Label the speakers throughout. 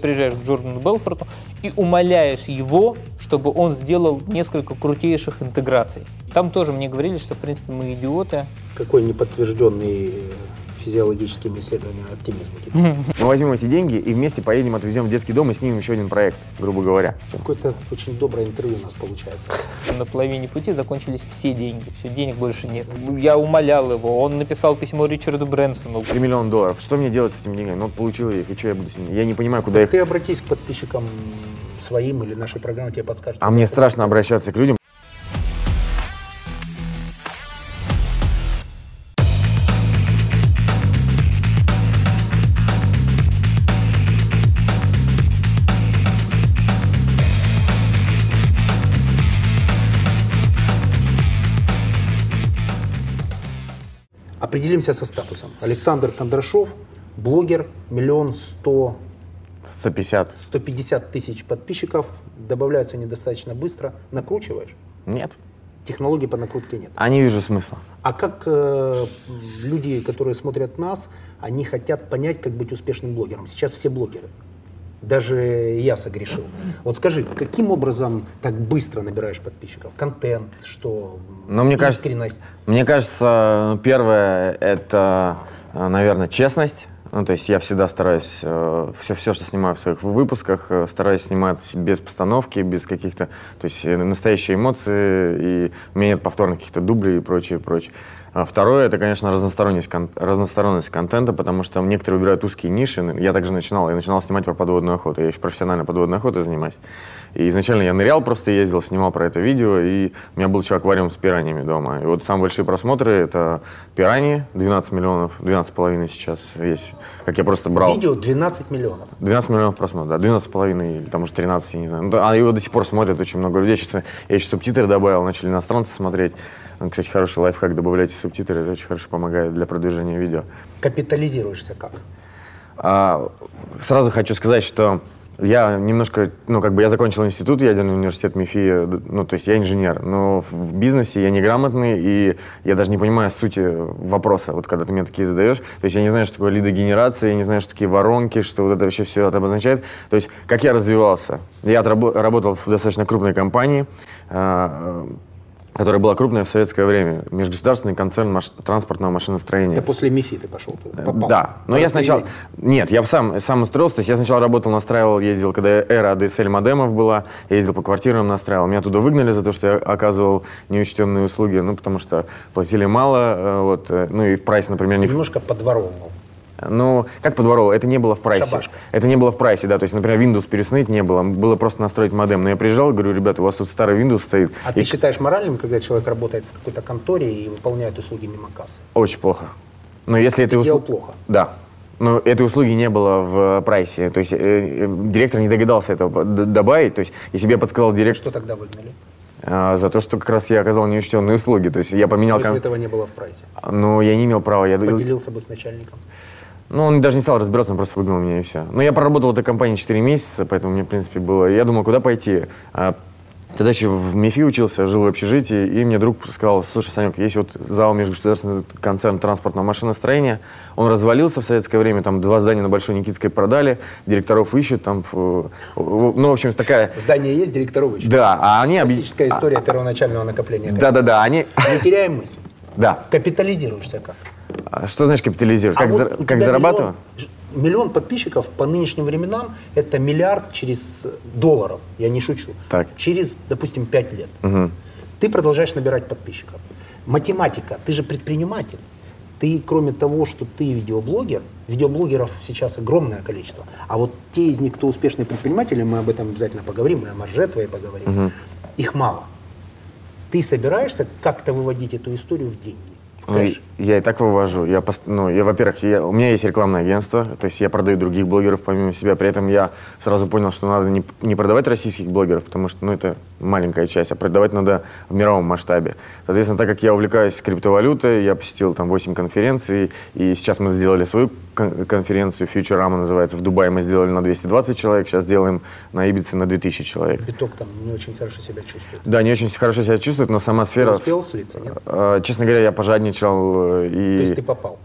Speaker 1: приезжаешь к Джордану Белфорту и умоляешь его, чтобы он сделал несколько крутейших интеграций. Там тоже мне говорили, что, в принципе, мы идиоты.
Speaker 2: Какой неподтвержденный э, физиологическими исследованиями оптимизм у тебя?
Speaker 3: Мы возьмем эти деньги и вместе поедем, отвезем в детский дом и снимем еще один проект, грубо говоря.
Speaker 2: Какое-то очень доброе интервью у нас получается.
Speaker 1: На половине пути закончились все деньги. Все, денег больше нет. Я умолял его. Он написал письмо Ричарду Брэнсону.
Speaker 3: 3 миллиона долларов. Что мне делать с этими деньгами? Ну, вот получил я их, и что я буду с ними? Я не понимаю, куда их...
Speaker 2: Ты обратись к подписчикам своим или нашей программы тебе подскажут.
Speaker 3: А мне страшно обращаться к людям.
Speaker 2: Определимся со статусом. Александр Кондрашов, блогер, миллион сто
Speaker 3: 150.
Speaker 2: 150 тысяч подписчиков, добавляются они достаточно быстро. Накручиваешь?
Speaker 3: Нет.
Speaker 2: Технологий по накрутке нет.
Speaker 3: А не вижу смысла.
Speaker 2: А как э, люди, которые смотрят нас, они хотят понять, как быть успешным блогером? Сейчас все блогеры. Даже я согрешил. Вот скажи, каким образом так быстро набираешь подписчиков? Контент, что?
Speaker 3: Но Ну, мне кажется-
Speaker 2: искренность.
Speaker 3: Мне кажется, ну, первое это, э, наверное, честность. Ну, то есть я всегда стараюсь все, все, что снимаю в своих выпусках, э, стараюсь снимать без постановки, без каких-то, то есть э, настоящие эмоции, и у меня нет повторных каких-то дублей и прочее, прочее. А Второе, это, конечно, разносторонность, кон- разносторонность контента, потому что некоторые выбирают узкие ниши. Я также начинал, я начинал снимать про подводную охоту. Я еще профессионально подводной охотой занимаюсь. И изначально я нырял, просто ездил, снимал про это видео, и у меня был еще аквариум с пираньями дома. И вот самые большие просмотры — это пираньи, 12 миллионов, 12,5 сейчас есть, как я просто брал.
Speaker 2: Видео 12 миллионов.
Speaker 3: 12 миллионов просмотров, да, 12,5 или там уже 13, я не знаю. Ну, да, а его до сих пор смотрят очень много людей. Сейчас, я еще субтитры добавил, начали иностранцы смотреть. Ну, Кстати, хороший лайфхак, добавляйте субтитры, это очень хорошо помогает для продвижения видео.
Speaker 2: Капитализируешься как?
Speaker 3: А, сразу хочу сказать, что я немножко, ну, как бы я закончил институт, ядерный университет МИФИ, д- ну, то есть я инженер, но в- в бизнесе я неграмотный, и я даже не понимаю сути вопроса, вот когда ты мне такие задаешь. То есть я не знаю, что такое лидогенерация, я не знаю, что такие воронки, что вот это вообще все это обозначает. То есть как я развивался? Я отрабо- работал в достаточно крупной компании, а, э, которая была крупная в советское время, межгосударственный концерн маш- транспортного машиностроения.
Speaker 2: Это после МИФИ ты пошел туда? попал.
Speaker 3: Э, Да, но я
Speaker 2: Просто
Speaker 3: сначала...
Speaker 2: или-
Speaker 3: Нет, я сам, сам устроился, то есть я сначала работал, настраивал, ездил, когда эра ADSL модемов была, я ездил по квартирам, настраивал. Меня туда выгнали за то, что я оказывал неучтенные услуги, ну, потому что платили мало, э, вот, э, ну, и в прайс, например, не...
Speaker 2: Немножко подворовывал.
Speaker 3: Ну, как подворовал, это не было в прайсе.
Speaker 2: Шабашка.
Speaker 3: Это не было в прайсе, да, то есть, например, Windows пересныть не было, было просто настроить модем. Но я приезжал, говорю, ребята, у вас тут старый Windows стоит.
Speaker 2: А
Speaker 3: И
Speaker 2: ты считаешь моральным, когда человек работает в какой-то конторе и выполняет услуги мимо кассы?
Speaker 3: Очень плохо. Но если это...
Speaker 2: Делал плохо.
Speaker 3: Да. Но этой услуги не было в э, прайсе. То есть э, э, директор не догадался этого д- добавить. То есть, если бы я подсказал директор
Speaker 2: Что тогда выгнали?
Speaker 3: э, за то, что как раз я оказал неучтенные услуги. То есть я поменял...
Speaker 2: Если
Speaker 3: Кон...
Speaker 2: этого не было в прайсе.
Speaker 3: Но я не имел права. Я...
Speaker 2: Поделился бы с начальником.
Speaker 3: Ну, он даже не стал разбираться, он просто выгнал меня и все. Но я проработал в этой компании 4 месяца, поэтому мне, в принципе, было... Я думал, куда пойти? А Тогда еще в МИФИ учился, жил в общежитии, и мне друг сказал, слушай, Санек, есть вот зал межгосударственный концерн транспортного машиностроения, он развалился в советское время, там два здания на Большой Никитской продали, директоров ищут, там, фу, ну, в общем, такая...
Speaker 2: Здание есть, директоров еще.
Speaker 3: Да, а они... объ-
Speaker 2: Классическая история первоначального накопления.
Speaker 3: Да-да-да, они...
Speaker 2: Не теряем мысль.
Speaker 3: Да.
Speaker 2: Капитализируешься как?
Speaker 3: А Что значит капитализируешь?
Speaker 2: А
Speaker 3: Как,
Speaker 2: вот
Speaker 3: зар-
Speaker 2: у тебя
Speaker 3: как зарабатываю?
Speaker 2: Миллион, ж- миллион подписчиков по нынешним временам это миллиард через долларов. Я не шучу.
Speaker 3: Так.
Speaker 2: Через, допустим, 5 лет. Ты продолжаешь набирать подписчиков. Математика. Ты же предприниматель. Ты, кроме того, что ты видеоблогер, видеоблогеров сейчас огромное количество. А вот те из них, кто успешные предприниматели, мы об этом обязательно поговорим, мы о марже твоей поговорим, их мало. Ты собираешься как-то выводить эту историю в деньги? В
Speaker 3: Ну,
Speaker 2: кэш?
Speaker 3: я и так вывожу. Я, пост- ну, я во-первых, я- у меня есть рекламное агентство, то есть я продаю других блогеров помимо себя. При этом я сразу понял, что надо не, не продавать российских блогеров, потому что, ну, это маленькая часть, а продавать надо в мировом масштабе. Соответственно, так как я увлекаюсь криптовалютой, я посетил там 8 конференций, и сейчас мы сделали свою кон- конференцию, Futurama называется, в Дубае мы сделали на 220 человек, сейчас делаем на Ибице на 2000 человек.
Speaker 2: Биток там не очень хорошо себя чувствует.
Speaker 3: Да, не очень хорошо себя чувствует, но сама
Speaker 2: Ты
Speaker 3: сфера...
Speaker 2: успел слиться, нет?
Speaker 3: Э, Честно говоря, я пожадничал э, и...
Speaker 2: То есть ты попал.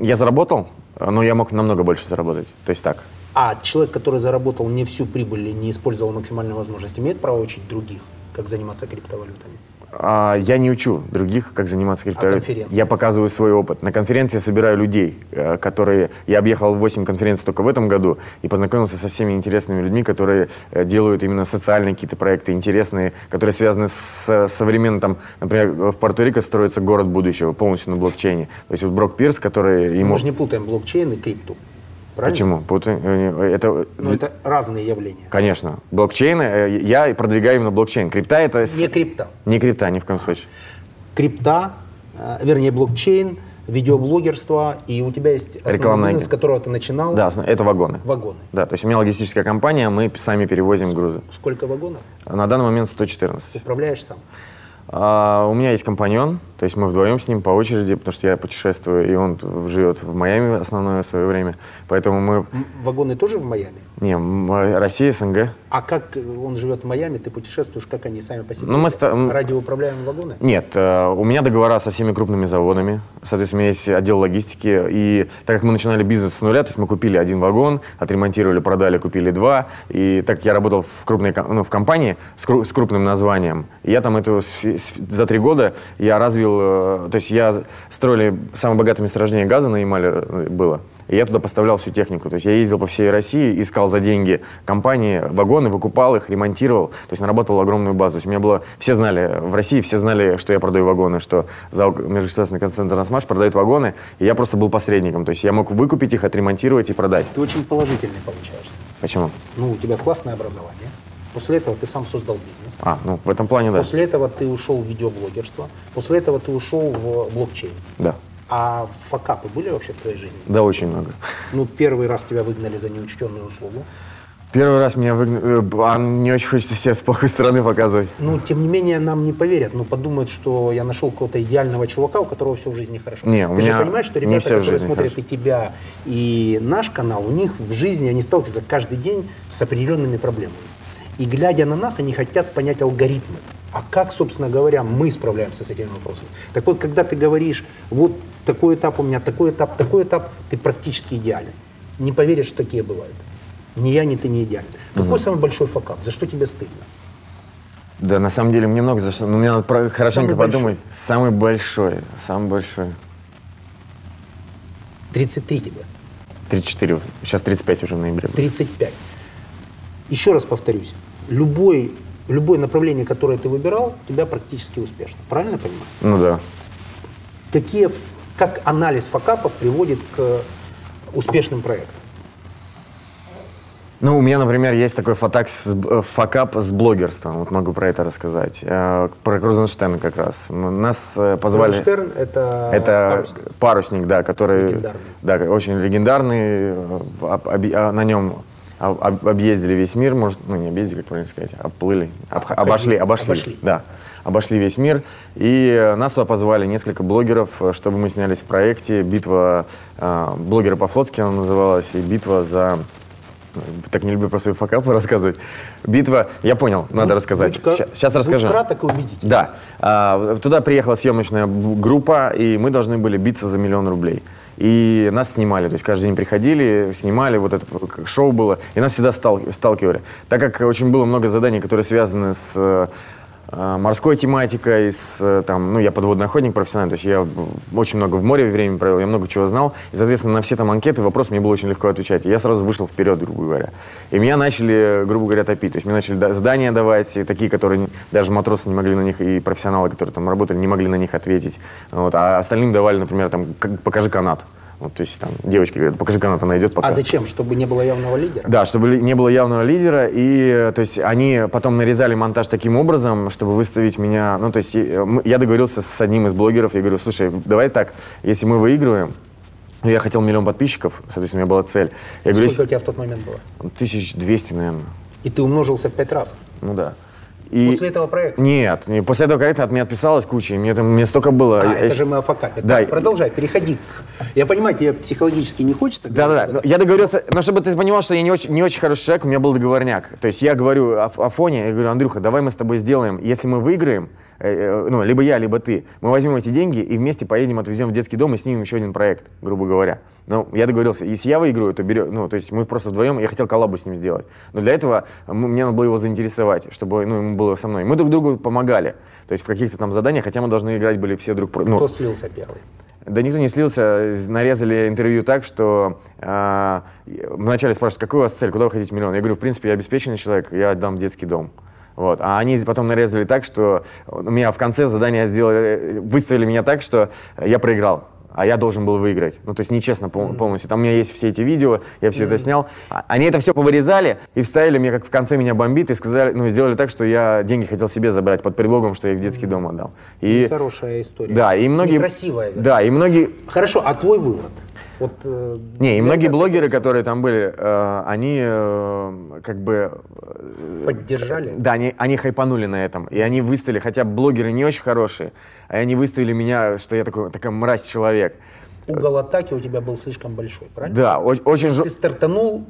Speaker 3: Я заработал, но я мог намного больше заработать. То есть так.
Speaker 2: А человек, который заработал не всю прибыль и не использовал максимальные возможности, имеет право учить других, как заниматься криптовалютами?
Speaker 3: А, я не учу других, как заниматься криптовалютой.
Speaker 2: А конференции?
Speaker 3: я показываю свой опыт. На конференции я собираю людей, э, которые... Я объехал 8 конференций только в этом году и познакомился со всеми интересными людьми, которые э, делают именно социальные какие-то проекты, интересные, которые связаны с современным... Там, например, в Пуэрто-Рико строится город будущего полностью на блокчейне. То есть вот Брок Пирс, который ему...
Speaker 2: Мы же не путаем блокчейн и крипту. Правильно?
Speaker 3: Почему? Путы- э, Это...
Speaker 2: Ну, это разные явления.
Speaker 3: Конечно. Блокчейн, э, я и продвигаю именно блокчейн. Крипта это... с-
Speaker 2: Не крипта.
Speaker 3: Не крипта, ни в коем случае.
Speaker 2: Крипта, э, вернее, блокчейн, видеоблогерство, и у тебя есть основной
Speaker 3: Рекламное
Speaker 2: бизнес, с
Speaker 3: агентство.
Speaker 2: которого ты начинал,
Speaker 3: Да, основ- это вагоны.
Speaker 2: вагоны.
Speaker 3: Да, то есть у меня логистическая компания, мы п- сами перевозим грузы.
Speaker 2: Сколько вагонов?
Speaker 3: На данный момент 114.
Speaker 2: Управляешь сам.
Speaker 3: А, у меня есть компаньон, то есть мы вдвоем с ним по очереди, потому что я путешествую, и он т- живет в Майами основное свое время. Поэтому мы...
Speaker 2: М, Вагоны тоже в Майами?
Speaker 3: Не, м, Россия, СНГ.
Speaker 2: А как э, он живет в Майами, ты путешествуешь, как они сами по себе?
Speaker 3: Ну, мы ста- м-
Speaker 2: Радиоуправляемые вагоны?
Speaker 3: Нет, э, у меня договора со всеми крупными заводами. Соответственно, у меня есть отдел логистики. И так как мы начинали бизнес с нуля, то есть мы купили один вагон, отремонтировали, продали, купили два. И так как я работал в крупной ком- ну, в компании с, кру- с крупным названием, я там эту с- с- за три года я развил, э, то есть я строили самое богатое месторождение газа на Ямале э, было. И я туда поставлял всю технику. То есть я ездил по всей России, искал за деньги компании, вагоны, выкупал их, ремонтировал. То есть наработал огромную базу. То есть у меня было... Все знали, в России все знали, что я продаю вагоны, что за межгосударственный концерн «Трансмаш» продает вагоны. И я просто был посредником. То есть я мог выкупить их, отремонтировать и продать.
Speaker 2: Ты очень положительный получаешься.
Speaker 3: Почему?
Speaker 2: Ну, у тебя классное образование. После этого ты сам создал бизнес.
Speaker 3: А, ну в этом плане да.
Speaker 2: После этого ты ушел в видеоблогерство. После этого ты ушел в блокчейн.
Speaker 3: Да.
Speaker 2: А факапы были вообще в твоей жизни?
Speaker 3: Да, очень много.
Speaker 2: Ну, первый раз тебя выгнали за неучтенную услугу.
Speaker 3: Первый раз меня выгнали... э, а, Не очень хочется себя с плохой стороны показывать.
Speaker 2: Ну, тем не менее, нам не поверят. Ну, подумают, что я нашел какого-то идеального чувака, у которого все в жизни хорошо.
Speaker 3: Не,
Speaker 2: Ты
Speaker 3: у
Speaker 2: же
Speaker 3: меня
Speaker 2: понимаешь, что
Speaker 3: не
Speaker 2: ребята,
Speaker 3: все в
Speaker 2: которые
Speaker 3: жизни
Speaker 2: смотрят
Speaker 3: хорошо.
Speaker 2: и тебя, и наш канал, у них в жизни они сталкиваются каждый день с определенными проблемами. И глядя на нас, они хотят понять алгоритмы. А как, собственно говоря, мы справляемся с этими вопросами? Так вот, когда ты говоришь, вот такой этап у меня, такой этап, такой этап, ты практически идеален. Не поверишь, что такие бывают. Ни я, ни ты не идеален. Какой самый большой факап? За что тебе стыдно?
Speaker 3: Да, на самом деле мне много за что. Но мне надо про- хорошенько
Speaker 2: большой.
Speaker 3: подумать. Самый большой. Самый большой.
Speaker 2: 33 тебе.
Speaker 3: 34. Сейчас 35 уже в ноябре. будет.
Speaker 2: 35. Еще раз повторюсь, любой, любое направление, которое ты выбирал, у тебя практически успешно. Правильно я понимаю?
Speaker 3: Ну да.
Speaker 2: Какие, ф- как анализ факапов приводит к успешным проектам?
Speaker 3: Ну, у меня, например, есть такой фатак с- э, факап с блогерством. Вот могу про это рассказать. Э, Про Крузенштерна как раз. М, Нас э, позвали...
Speaker 2: Моргенштерн это,
Speaker 3: Это
Speaker 2: э, парусник.
Speaker 3: парусник, да, который
Speaker 2: Легендарный.
Speaker 3: да, очень легендарный. э, об- оби- а, на нем об- об- объездили весь мир, может, ну не объездили, как правильно сказать, обплыли, об- обошли, обошли,
Speaker 2: обошли.
Speaker 3: да, обошли весь мир. И э, нас туда позвали несколько блогеров, э, чтобы мы снялись в проекте "Битва э, блогеры по-флотски" она называлась, и битва за ну, так не люблю про свои факапы рассказывать. Битва, я понял,
Speaker 2: Ну,
Speaker 3: надо рассказать.
Speaker 2: Будь кра-
Speaker 3: Сейчас
Speaker 2: будь
Speaker 3: расскажу.
Speaker 2: краток и убедителен.
Speaker 3: Да. А, Туда приехала съемочная б- группа, и мы должны были биться за миллион рублей. И нас снимали, то есть каждый день приходили, снимали, вот это как шоу было, и нас всегда стал- сталкивали. Так как очень было много заданий, которые связаны с э, э, морской тематикой, с, э, там, ну, я подводный охотник профессиональный, то есть я в- очень много в море время провел, я много чего знал, и, соответственно, на все там анкеты, вопросы мне было очень легко отвечать, и я сразу вышел вперед, грубо говоря. И меня начали, грубо говоря, топить, то есть мне начали да- задания давать, и такие, которые не- даже матросы не могли на них, и профессионалы, которые там работали, не могли на них ответить, вот, а остальным давали, например, там, «Как- покажи канат, вот, то есть там девочки говорят, покажи канат, она идет, пока.
Speaker 2: А зачем? Чтобы не было явного лидера?
Speaker 3: Да, чтобы ли- не было явного лидера. И, э, то есть, они потом нарезали монтаж таким образом, чтобы выставить меня... Ну, то есть, и, э, мы- я договорился с одним из блогеров, я говорю, слушай, давай так, если мы выигрываем, ну, я хотел миллион подписчиков, соответственно, у меня была цель. Я говорю,
Speaker 2: Сколько у тебя в тот момент было?
Speaker 3: 1200, наверное.
Speaker 2: И ты умножился в пять раз.
Speaker 3: Ну, да. И-
Speaker 2: После этого проекта?
Speaker 3: Нет, не- после этого корректа от меня отписалась куча, и мне, там, мне столько было.
Speaker 2: А,
Speaker 3: Я-
Speaker 2: это же мы о факапе.
Speaker 3: Да.
Speaker 2: Так, продолжай, переходи к... Я понимаю, тебе психологически не хочется.
Speaker 3: Да,
Speaker 2: говорить
Speaker 3: да,
Speaker 2: об
Speaker 3: да.
Speaker 2: этом.
Speaker 3: Ну, Я договорился, но чтобы ты понимал, что я не очень, не очень хороший человек, у меня был договорняк. То есть я говорю о, Фоне, я говорю, Андрюха, давай мы с тобой сделаем, если мы выиграем, э, ну, либо я, либо ты, мы возьмем эти деньги и вместе поедем, отвезем в детский дом и снимем еще один проект, грубо говоря. Ну, я договорился, если я выиграю, то берем, ну, то есть мы просто вдвоем, я хотел коллабу с ним сделать. Но для этого м- мне надо было его заинтересовать, чтобы, ну, ему было со мной. Мы друг другу помогали, то есть в каких-то там заданиях, хотя мы должны играть были все друг против.
Speaker 2: Кто
Speaker 3: Ну,
Speaker 2: слился первый?
Speaker 3: да никто не слился, э, нарезали интервью так, что э, вначале спрашивают, какая у вас цель, куда вы хотите миллион? Я говорю, в принципе, я обеспеченный человек, я отдам в детский дом. Вот. А они потом нарезали так, что у меня в конце задания сделали, э, выставили меня так, что я проиграл, а я должен был выиграть. Ну, то есть нечестно пол- полностью. Там у меня есть все эти видео, я все это снял. А- Они это все повырезали и вставили мне, как в конце меня бомбит, и сказали, ну, сделали так, что я деньги хотел себе забрать под предлогом, что я их в детский дом отдал. И,
Speaker 2: Хорошая история.
Speaker 3: да, и многие...
Speaker 2: Некрасивая. вернее.
Speaker 3: Да, и многие...
Speaker 2: Хорошо, а твой вывод? Вот, э,
Speaker 3: Не, и
Speaker 2: для
Speaker 3: многие
Speaker 2: ребят
Speaker 3: блогеры, которые там были, э, они э, как бы... э,
Speaker 2: Поддержали?
Speaker 3: Да, они, они хайпанули на этом. И они выставили, хотя блогеры не очень хорошие, а они выставили меня, что я такой, такая мразь-человек.
Speaker 2: Угол атаки у тебя был слишком большой, правильно?
Speaker 3: Да, о- очень... жё-
Speaker 2: Ты стартанул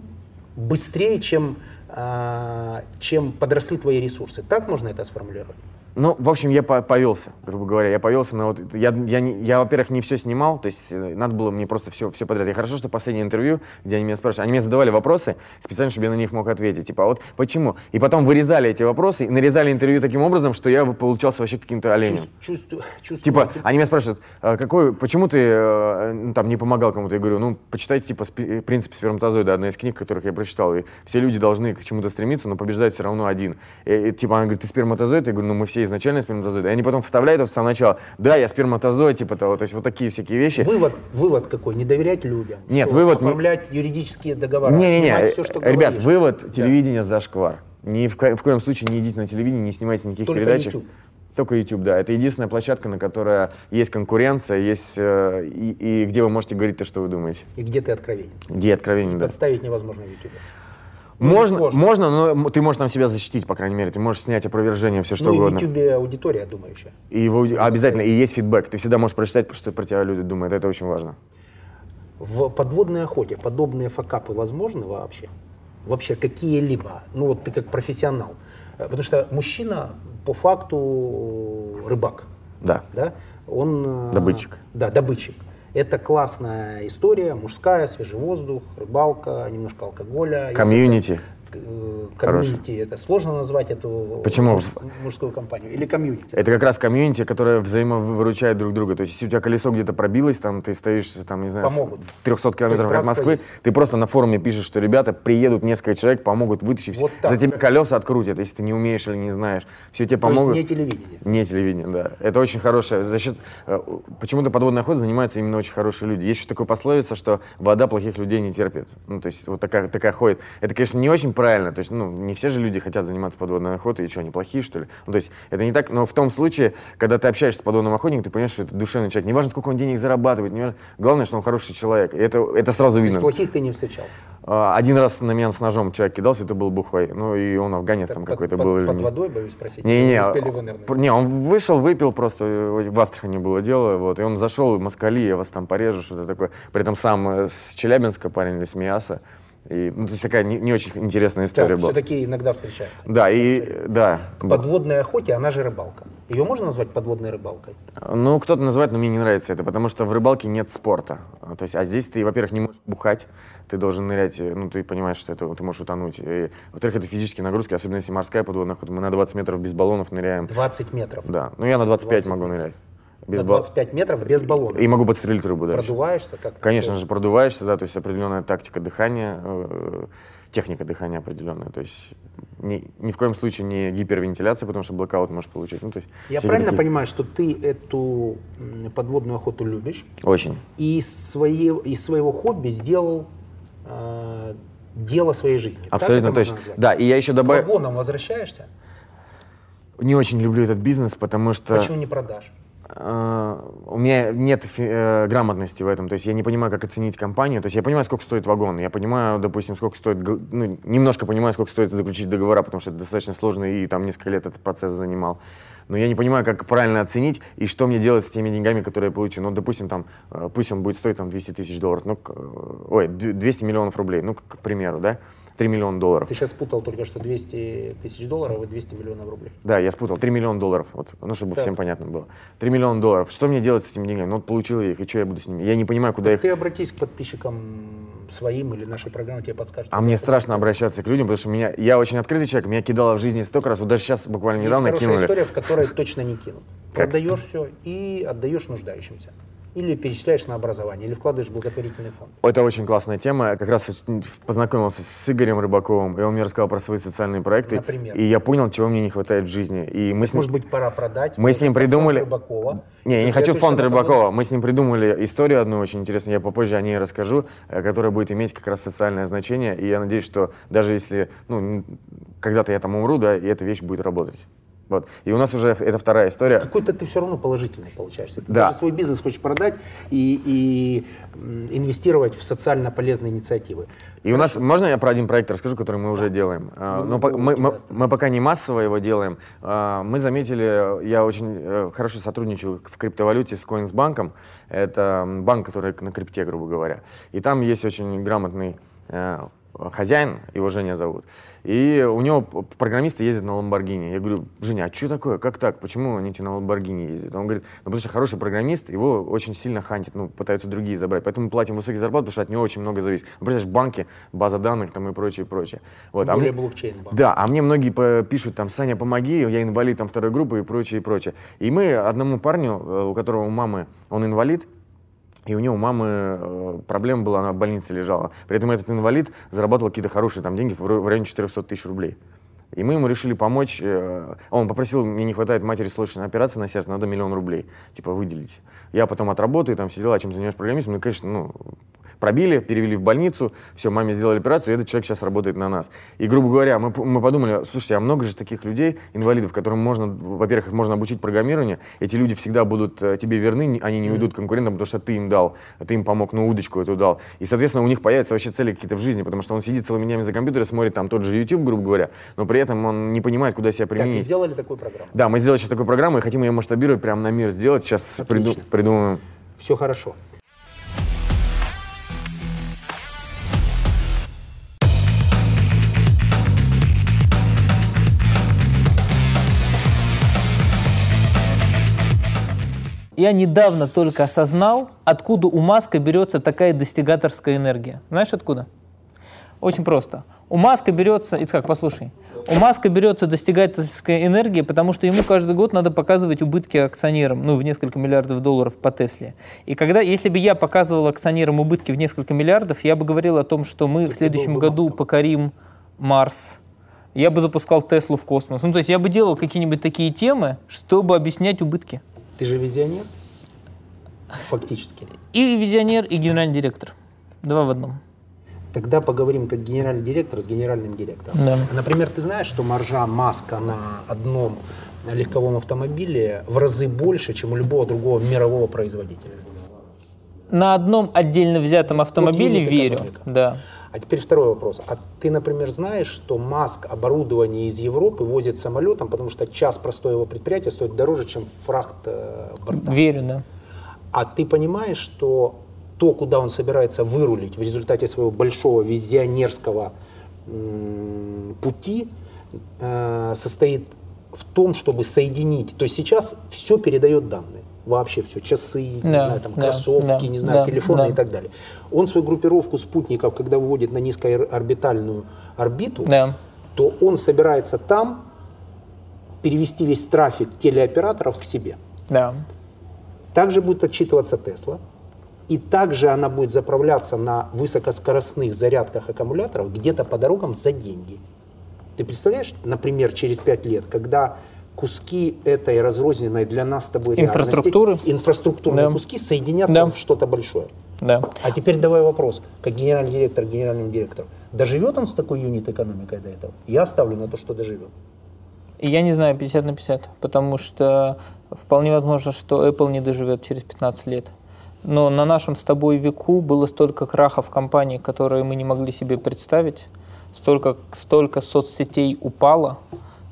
Speaker 2: быстрее, чем, а, чем подросли твои ресурсы. Так можно это сформулировать?
Speaker 3: Ну, в общем, я по- повелся, грубо говоря, я повелся на вот, я, я, не- я, во-первых, не все снимал, то есть э, надо было мне просто все, все подряд. И хорошо, что последнее интервью, где они меня спрашивали, они мне задавали вопросы специально, чтобы я на них мог ответить, типа, а вот почему? И потом вырезали эти вопросы и нарезали интервью таким образом, что я получался вообще каким-то оленем.
Speaker 2: Чувствую, чувствую.
Speaker 3: Типа, они меня спрашивают, «А какой, почему ты э, ну, там не помогал кому-то? Я говорю, ну, почитайте, типа, спи- «Принцип сперматозоида», одна из книг, которых я прочитал, и все люди должны к чему-то стремиться, но побеждает все равно один. И, и, типа, она говорит, ты сперматозоид? Я говорю, ну, мы все изначально сперматозоиды. И они потом вставляют это с самого начала, да, я сперматозоид, типа того, то есть вот такие всякие вещи.
Speaker 2: Вывод, вывод какой? Не доверять людям.
Speaker 3: Нет,
Speaker 2: Что,
Speaker 3: вывод-
Speaker 2: Оформлять юридические договора.
Speaker 3: Не-не-не, э,
Speaker 2: снимать всё, что
Speaker 3: ребят,
Speaker 2: говоришь.
Speaker 3: вывод, телевидение зашквар. Ни в, ко- в коем случае не идите на телевидение, не снимайте никаких
Speaker 2: Только
Speaker 3: передач.
Speaker 2: YouTube.
Speaker 3: Только YouTube, да. Это единственная площадка, на которой есть конкуренция, есть э, и, и где вы можете говорить то, что вы думаете.
Speaker 2: И где ты откровенен?
Speaker 3: Где откровение, да.
Speaker 2: Подставить невозможно в YouTube.
Speaker 3: Можно,
Speaker 2: ну, сложно.
Speaker 3: можно, но м- ты можешь там себя защитить, по крайней мере. Ты можешь снять опровержение, все что
Speaker 2: ну
Speaker 3: угодно.
Speaker 2: и в YouTube аудитория думающая.
Speaker 3: И его, обязательно, и есть фидбэк. Ты всегда можешь прочитать, что про тебя люди думают. Это очень важно.
Speaker 2: В подводной охоте подобные факапы возможны вообще? Вообще какие-либо? Ну вот ты как профессионал. Э, Потому что мужчина по факту э, рыбак,
Speaker 3: Да.
Speaker 2: да? Он... э,
Speaker 3: Добытчик.
Speaker 2: Да, добытчик. Это классная история, мужская, свежий воздух, рыбалка, немножко алкоголя. Если
Speaker 3: Комьюнити.
Speaker 2: это, э,
Speaker 3: Хороший.
Speaker 2: Комьюнити, это сложно назвать эту
Speaker 3: Почему?
Speaker 2: муж- мужскую компанию или комьюнити.
Speaker 3: Это как раз комьюнити, которое взаимовыручает друг друга. То есть, если у тебя колесо где-то пробилось, там ты стоишь, там, не знаю, с-
Speaker 2: Помогут.
Speaker 3: в 300 километров от
Speaker 2: братство
Speaker 3: Москвы,
Speaker 2: есть.
Speaker 3: ты просто на форуме пишешь, что ребята приедут несколько человек, помогут вытащить.
Speaker 2: Вот так.
Speaker 3: За тебя колеса открутят, если ты не умеешь или не знаешь. Все тебе
Speaker 2: То
Speaker 3: помогут.
Speaker 2: есть не телевидение.
Speaker 3: Не телевидение, да. Это очень хорошая. За счет э, почему-то подводной охотой занимаются именно очень хорошие люди. Есть еще такое пословица, что вода плохих людей не терпит. Ну, то есть вот такая, такая ходит. Это, конечно, не очень правильно. То есть, ну, не все же люди хотят заниматься подводной охотой, и что, они плохие, что ли? Ну, то есть это не так, но в том случае, когда ты общаешься с подводным охотником, ты понимаешь, что это душевный человек. Неважно, сколько он денег зарабатывает, неважно. главное, что он хороший человек. И это, это сразу
Speaker 2: То есть
Speaker 3: видно.
Speaker 2: плохих ты не встречал.
Speaker 3: А, Один раз на меня с ножом человек кидался, это был Бухвей. Ну, и он афганец там
Speaker 2: Под-
Speaker 3: какой-то
Speaker 2: под-
Speaker 3: был. или
Speaker 2: Под
Speaker 3: не-
Speaker 2: водой, боюсь спросить.
Speaker 3: не, не, а,
Speaker 2: Не успели вынырнуть.
Speaker 3: не, он вышел, выпил просто, э, в Астрахани было дело, вот, и он зашел, москали, я вас там порежу, что-то такое. При этом сам э, с Челябинска парень или с Миаса. И, ну, то есть такая не, не очень интересная история была.
Speaker 2: все-таки иногда встречаются.
Speaker 3: Да, и, э, да.
Speaker 2: К подводной охоте, она же рыбалка. Ее можно назвать подводной рыбалкой?
Speaker 3: Ну, кто-то называет, но мне не нравится это, потому что в рыбалке нет спорта. А, То есть, а здесь ты, во-первых, не можешь бухать, ты должен нырять, э, ну, ты понимаешь, что это, ты можешь утонуть. И, во-вторых, это физические нагрузки, особенно если морская подводная охота. Мы на 20 метров без баллонов ныряем.
Speaker 2: 20 метров.
Speaker 3: Да, ну я на 25 могу нырять. Без
Speaker 2: На
Speaker 3: бал-
Speaker 2: 25 метров без баллона.
Speaker 3: И могу подстрелить рыбу, да. еще.
Speaker 2: Продуваешься как
Speaker 3: Конечно же, продуваешься, да, то есть определенная тактика дыхания, э, техника дыхания определенная. То есть ни, ни в коем случае не гипервентиляция, потому что блокаут можешь получить. Ну, то есть
Speaker 2: Я
Speaker 3: всякие
Speaker 2: правильно
Speaker 3: такие-
Speaker 2: понимаю, что ты эту м, подводную охоту любишь
Speaker 3: Очень.
Speaker 2: и из, свои- из своего хобби сделал э, дело своей жизни. Так
Speaker 3: Абсолютно
Speaker 2: это можно
Speaker 3: точно.
Speaker 2: назвать?
Speaker 3: Да, и я еще
Speaker 2: К
Speaker 3: добавил...
Speaker 2: вагонам возвращаешься?
Speaker 3: Не очень люблю этот бизнес, потому что...
Speaker 2: Почему не продашь?
Speaker 3: Э, у меня нет фи- э, грамотности в этом, то есть я не понимаю, как оценить компанию, то есть я понимаю, сколько стоит вагон, я понимаю, допустим, сколько стоит, г- ну, немножко понимаю, сколько стоит заключить договора, потому что это достаточно сложно и там несколько лет этот процесс занимал, но я не понимаю, как правильно оценить и что мне делать с теми деньгами, которые я получу, ну, допустим, там, э, пусть он будет стоить там 200 тысяч долларов, ну, к- э, ой, д- 200 миллионов рублей, ну, к, к примеру, да, 3 миллиона долларов.
Speaker 2: Ты сейчас спутал только что 200 тысяч долларов и 200 миллионов рублей.
Speaker 3: Да, я спутал. 3 миллиона долларов. Вот, ну, чтобы
Speaker 2: Так.
Speaker 3: всем понятно было. 3 миллиона долларов. Что мне делать с этими деньгами? Ну, вот получил я их, и что я буду с ними? Я не понимаю, куда их...
Speaker 2: Ты обратись к подписчикам своим или нашей программе, тебе подскажут.
Speaker 3: А мне страшно обращаться к людям, потому что меня... Я очень открытый человек, меня кидало в жизни столько раз. Вот даже сейчас буквально
Speaker 2: Есть
Speaker 3: недавно
Speaker 2: хорошая
Speaker 3: кинули.
Speaker 2: история, в которой точно не кинут. Продаешь все и отдаешь нуждающимся. Или перечисляешь на образование, или вкладываешь в благотворительный фонд.
Speaker 3: Это очень классная тема. Я как раз в- познакомился с Игорем Рыбаковым, и он мне рассказал про свои социальные проекты.
Speaker 2: Например?
Speaker 3: И я понял, чего мне не хватает в жизни. И мы с ним...
Speaker 2: Может быть, пора продать.
Speaker 3: Мы с
Speaker 2: вложиться
Speaker 3: ним
Speaker 2: в фонд
Speaker 3: придумали-
Speaker 2: Рыбакова.
Speaker 3: Не, я
Speaker 2: Со
Speaker 3: не хочу
Speaker 2: следующим
Speaker 3: фонд
Speaker 2: годом-
Speaker 3: Рыбакова. Мы с ним придумали историю одну очень интересную, я попозже о ней расскажу, э, которая будет иметь как раз социальное значение. И я надеюсь, что даже если, ну, н- когда-то я там умру, да, и эта вещь будет работать. Вот. И у нас уже ф- это вторая история.
Speaker 2: Какой-то ты все равно положительный получаешься. Ты
Speaker 3: Да.
Speaker 2: даже свой бизнес хочешь продать и, и м, инвестировать в социально полезные инициативы.
Speaker 3: И у нас, можно я про один проект расскажу, который мы уже делаем?
Speaker 2: Ну,
Speaker 3: А, но по-
Speaker 2: ну,
Speaker 3: мы, мы-
Speaker 2: интересно.
Speaker 3: мы пока не массово его делаем. А, Мы заметили, я очень э, хорошо сотрудничаю в криптовалюте с Coinsbank. Это м, банк, который на крипте, грубо говоря. И там есть очень грамотный э, хозяин, его Женя зовут. И у него п- программисты ездят на Ламборгини. Я говорю, Женя, а что такое? Как так? Почему они тебе на Ламборгини ездят? Он говорит, ну потому что хороший программист, его очень сильно хантит, ну, пытаются другие забрать. Поэтому мы платим высокие зарплаты, потому что от него очень много зависит. Ну, представляешь, банки, база данных там и прочее, прочее. Вот. а
Speaker 2: Более
Speaker 3: мне-
Speaker 2: блокчейн банк.
Speaker 3: да, а мне многие по- пишут там, Саня, помоги, я инвалид там второй группы и прочее, и прочее. И мы одному парню, э, у которого у мамы, он инвалид, и у него у мамы э, проблема была, она в больнице лежала. При этом этот инвалид зарабатывал какие-то хорошие там деньги в ро- в районе 400 тысяч рублей. И мы ему решили помочь. э, Он попросил, мне не хватает матери срочной операции на сердце, надо миллион рублей, типа, выделить. Я потом отработаю, там все дела, чем занимаюсь программистом. Ну, конечно, ну, пробили, перевели в больницу, все, маме сделали операцию, и этот человек сейчас работает на нас. И, грубо говоря, мы, п- мы подумали, слушайте, а много же таких людей, инвалидов, которым можно, во-первых, их можно обучить программированию, эти люди всегда будут э, тебе верны, не- они не уйдут к конкурентам, потому что ты им дал, ты им помог, ну, удочку эту дал. И, соответственно, у них появятся вообще цели какие-то в жизни, потому что он сидит целыми днями за компьютером, смотрит там тот же YouTube, грубо говоря, но при этом он не понимает, куда себя
Speaker 2: Так, и
Speaker 3: применить.
Speaker 2: сделали такую программу.
Speaker 3: да, мы сделали сейчас такую программу и хотим ее масштабировать прямо на мир сделать. Сейчас приду-
Speaker 2: Отлично.
Speaker 3: придумаем.
Speaker 2: Все хорошо.
Speaker 1: Я недавно только осознал, откуда у Маска берется такая достигаторская энергия. Знаешь, откуда? Очень просто. У Маска берется... Ицхак, послушай. У Маска берется достигательская энергия, потому что ему каждый год надо показывать убытки акционерам, ну, в несколько миллиардов долларов по Тесле. И когда, если бы я показывал акционерам убытки в несколько миллиардов, я бы говорил о том, что мы в
Speaker 2: ты
Speaker 1: следующем
Speaker 2: был бы
Speaker 1: году
Speaker 2: Маском.
Speaker 1: покорим Марс, я бы запускал Теслу в космос. Ну, то есть я бы делал какие-нибудь такие темы, чтобы объяснять убытки.
Speaker 2: Ты же визионер? Фактически.
Speaker 1: И визионер, и генеральный директор. Два в одном.
Speaker 2: Тогда поговорим как генеральный директор с генеральным директором.
Speaker 1: Да.
Speaker 2: Например, ты знаешь, что маржа Маска на одном легковом автомобиле в разы больше, чем у любого другого мирового производителя.
Speaker 1: На одном отдельно взятом автомобиле
Speaker 2: Вот
Speaker 1: верю.
Speaker 2: юнит экономика.
Speaker 1: Да.
Speaker 2: А теперь второй вопрос. А ты, например, знаешь, что Маск оборудование из Европы возит самолетом, потому что час простой его предприятия стоит дороже, чем фрахт э, борта?
Speaker 1: Верю, да.
Speaker 2: А ты понимаешь, что то, куда он собирается вырулить в результате своего большого визионерского м, пути, э, состоит в том, чтобы соединить. То есть сейчас все передает данные. Вообще все. Часы, не
Speaker 1: Да,
Speaker 2: знаю, там,
Speaker 1: да,
Speaker 2: кроссовки,
Speaker 1: да,
Speaker 2: не знаю,
Speaker 1: да,
Speaker 2: телефоны
Speaker 1: да.
Speaker 2: и так далее. Он свою группировку спутников, когда выводит на низкоорбитальную орбиту,
Speaker 1: Да.
Speaker 2: то он собирается там перевести весь трафик телеоператоров к себе.
Speaker 1: Да.
Speaker 2: Также будет отчитываться Тесла, и также она будет заправляться на высокоскоростных зарядках аккумуляторов где-то по дорогам за деньги. Ты представляешь, например, через 5 лет, когда куски этой разрозненной для нас с тобой реальности,
Speaker 1: Инфраструктуры.
Speaker 2: инфраструктурные
Speaker 1: Да.
Speaker 2: куски соединятся
Speaker 1: Да.
Speaker 2: в что-то большое.
Speaker 1: Да.
Speaker 2: А теперь давай вопрос, как генеральный директор к генеральному директору. Доживет он с такой юнит экономикой до этого? Я ставлю на то, что доживет.
Speaker 1: И я не знаю, 50 на 50, потому что вполне возможно, что Apple не доживет через 15 лет. Но на нашем с тобой веку было столько крахов компаний, которые мы не могли себе представить, столько, столько соцсетей упало,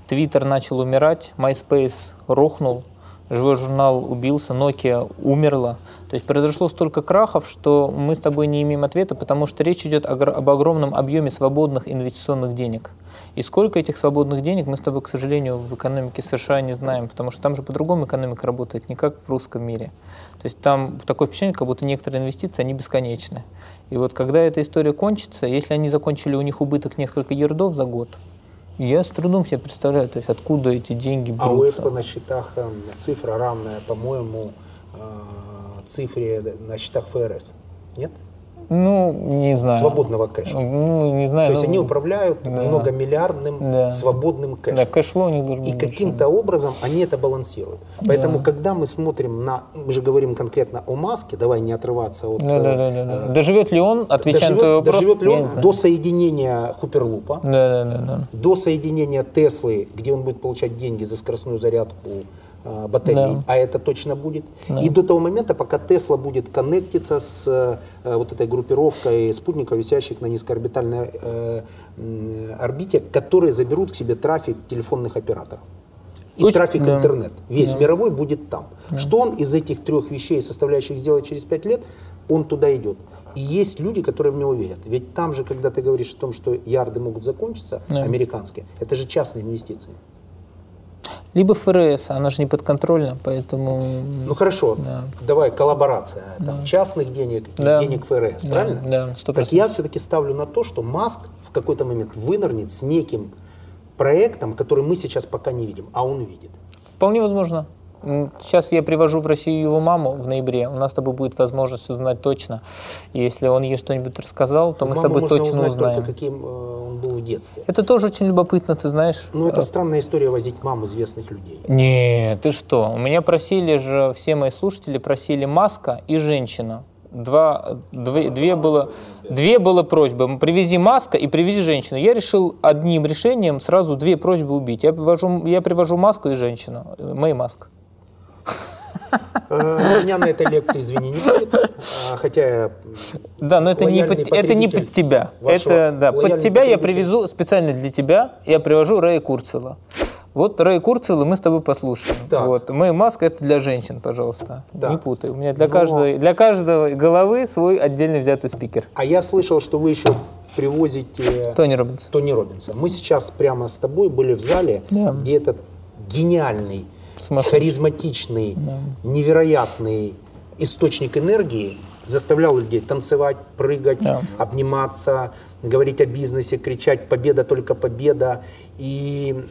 Speaker 1: Twitter начал умирать, MySpace рухнул, живой журнал убился, Nokia умерла. То есть произошло столько крахов, что мы с тобой не имеем ответа, потому что речь идет о гр- об огромном объеме свободных инвестиционных денег. И сколько этих свободных денег мы с тобой, к сожалению, в экономике США не знаем, потому что там же по-другому экономика работает, не как в русском мире. То есть там такое впечатление, как будто некоторые инвестиции, они бесконечны. И вот когда эта история кончится, если они закончили у них убыток несколько ярдов за год, я с трудом себе представляю, то есть откуда эти деньги берутся.
Speaker 2: А у Apple на счетах э, цифра равная, по-моему, э, цифре на счетах ФРС. Нет?
Speaker 1: Ну, не знаю.
Speaker 2: Свободного кэша.
Speaker 1: Ну, не знаю.
Speaker 2: То есть
Speaker 1: ну,
Speaker 2: они управляют многомиллиардным
Speaker 1: Да.
Speaker 2: свободным кэшем.
Speaker 1: Да, кэшфлоу у них должен
Speaker 2: И
Speaker 1: быть
Speaker 2: каким-то образом они это балансируют. Поэтому, когда мы смотрим на, мы же говорим конкретно о маске, давай не отрываться от.
Speaker 1: большим. Да,
Speaker 2: э,
Speaker 1: да, да, да, да. Доживет ли он, отвечая на твой вопрос?
Speaker 2: Доживет, доживет ли
Speaker 1: я не
Speaker 2: он
Speaker 1: знаю.
Speaker 2: до соединения Хуперлупа,
Speaker 1: Да, да, да, да.
Speaker 2: до соединения Теслы, где он будет получать деньги за скоростную зарядку э, батареи,
Speaker 1: Да.
Speaker 2: а это точно будет, и до того момента, пока Тесла будет коннектиться с э, вот этой группировкой спутников, висящих на низкоорбитальной э, м, орбите, которые заберут к себе трафик телефонных операторов. И
Speaker 1: Очень-
Speaker 2: трафик
Speaker 1: да.
Speaker 2: интернет. Весь мировой будет там. Что он из этих трех вещей, составляющих сделать через пять лет, он туда идет. И есть люди, которые в него верят. Ведь там же, когда ты говоришь о том, что ярды могут закончиться,
Speaker 1: Да.
Speaker 2: американские, это же частные инвестиции.
Speaker 1: Либо ФРС, она же не подконтрольна, поэтому...
Speaker 2: Ну хорошо, давай коллаборация там, частных денег и
Speaker 1: Да.
Speaker 2: денег ФРС,
Speaker 1: Да,
Speaker 2: правильно?
Speaker 1: да, сто
Speaker 2: так я все-таки ставлю на то, что Маск в какой-то момент вынырнет с неким проектом, который мы сейчас пока не видим, а он видит.
Speaker 1: Вполне возможно. М, Сейчас я привожу в Россию его маму в ноябре. У нас с тобой будет возможность узнать точно. И если он ей что-нибудь рассказал, то мы с
Speaker 2: Маму
Speaker 1: тобой
Speaker 2: можно
Speaker 1: точно
Speaker 2: узнать
Speaker 1: узнаем.
Speaker 2: только, каким э, он был в детстве.
Speaker 1: Это тоже очень любопытно, ты знаешь.
Speaker 2: Ну, это
Speaker 1: Э,
Speaker 2: странная история возить мам известных людей.
Speaker 1: Не, ты что? У меня просили же, все мои слушатели просили маска и женщина. Два, две, две, было, две было просьбы. Привези маска и привези женщину. Я решил одним решением сразу две просьбы убить. Я привожу, я привожу маску и женщину. Э, Мэй маск.
Speaker 2: Э, У меня на этой лекции, извини, не будет. А, Хотя я
Speaker 1: Да, но это не,
Speaker 2: Лояльный
Speaker 1: под, это не
Speaker 2: потребитель
Speaker 1: под тебя.
Speaker 2: вашего
Speaker 1: Это да, под
Speaker 2: лояльный
Speaker 1: тебя я
Speaker 2: потребитель.
Speaker 1: привезу специально для тебя. Я привожу Рэя Курцела. Вот Рэя Курцела мы с тобой послушаем.
Speaker 2: Так.
Speaker 1: Вот. Моя маска это для женщин, пожалуйста.
Speaker 2: Да.
Speaker 1: Не путай. У меня для
Speaker 2: Но-
Speaker 1: каждой для каждого головы свой отдельно взятый спикер.
Speaker 2: А я слышал, что вы еще привозите
Speaker 1: Тони Робинс.
Speaker 2: Тони Робинса. Мы сейчас прямо с тобой были в зале,
Speaker 1: Да.
Speaker 2: где этот гениальный,
Speaker 1: Сумасшедший.
Speaker 2: харизматичный, невероятный источник энергии заставлял людей танцевать, прыгать,
Speaker 1: Да.
Speaker 2: обниматься, говорить о бизнесе, кричать «Победа, только победа!» И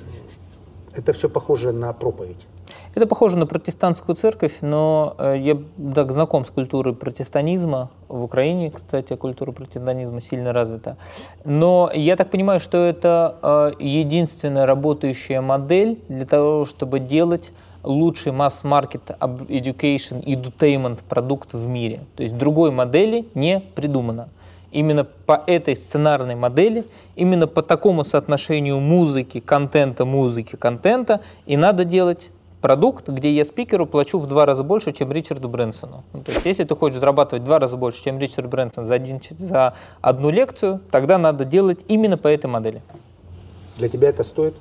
Speaker 2: это все похоже на проповедь.
Speaker 1: Это похоже на протестантскую церковь, но э, я так знаком с культурой протестанизма. В Украине, кстати, культура протестанизма сильно развита. Но я так понимаю, что это э, единственная работающая модель для того, чтобы делать лучший масс-маркет об- education, edutainment продукт в мире. То есть другой модели не придумано. Именно по этой сценарной модели, именно по такому соотношению музыки, контента, музыки, контента и надо делать продукт, где я спикеру плачу в два раза больше, чем Ричарду Брэнсону. Ну, то есть, если ты хочешь зарабатывать в два раза больше, чем Ричард Брэнсон за, один ч- за одну лекцию, тогда надо делать именно по этой модели.
Speaker 2: Для тебя это стоит?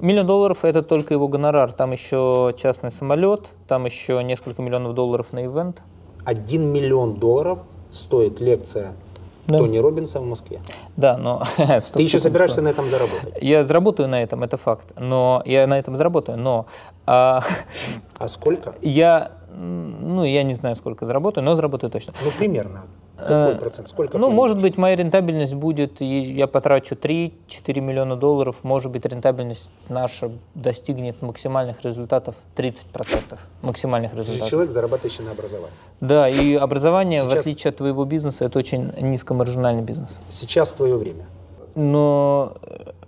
Speaker 1: Миллион долларов – это только его гонорар. Там еще частный самолет, там еще несколько миллионов долларов на ивент.
Speaker 2: 1 миллион долларов стоит лекция
Speaker 1: Да.
Speaker 2: Тони Робинса в Москве.
Speaker 1: Да, но...
Speaker 2: Ты еще собираешься на этом заработать.
Speaker 1: Я заработаю на этом, это факт. Но я на этом заработаю, но а,
Speaker 2: А сколько?
Speaker 1: я, м, ну, я не знаю, сколько заработаю, но заработаю точно.
Speaker 2: Ну, примерно. Какой процент? Сколько?
Speaker 1: Ну,
Speaker 2: примерно?
Speaker 1: может быть, моя рентабельность будет, и я потрачу 3-4 миллиона долларов, может быть, рентабельность наша достигнет максимальных результатов 30%. Максимальных
Speaker 2: Ты же
Speaker 1: результатов.
Speaker 2: человек, зарабатывающий на образовании.
Speaker 1: Да, и образование, в
Speaker 2: Сейчас-
Speaker 1: отличие от твоего бизнеса, это очень низкомаржинальный бизнес.
Speaker 2: Сейчас твое время.
Speaker 1: Но,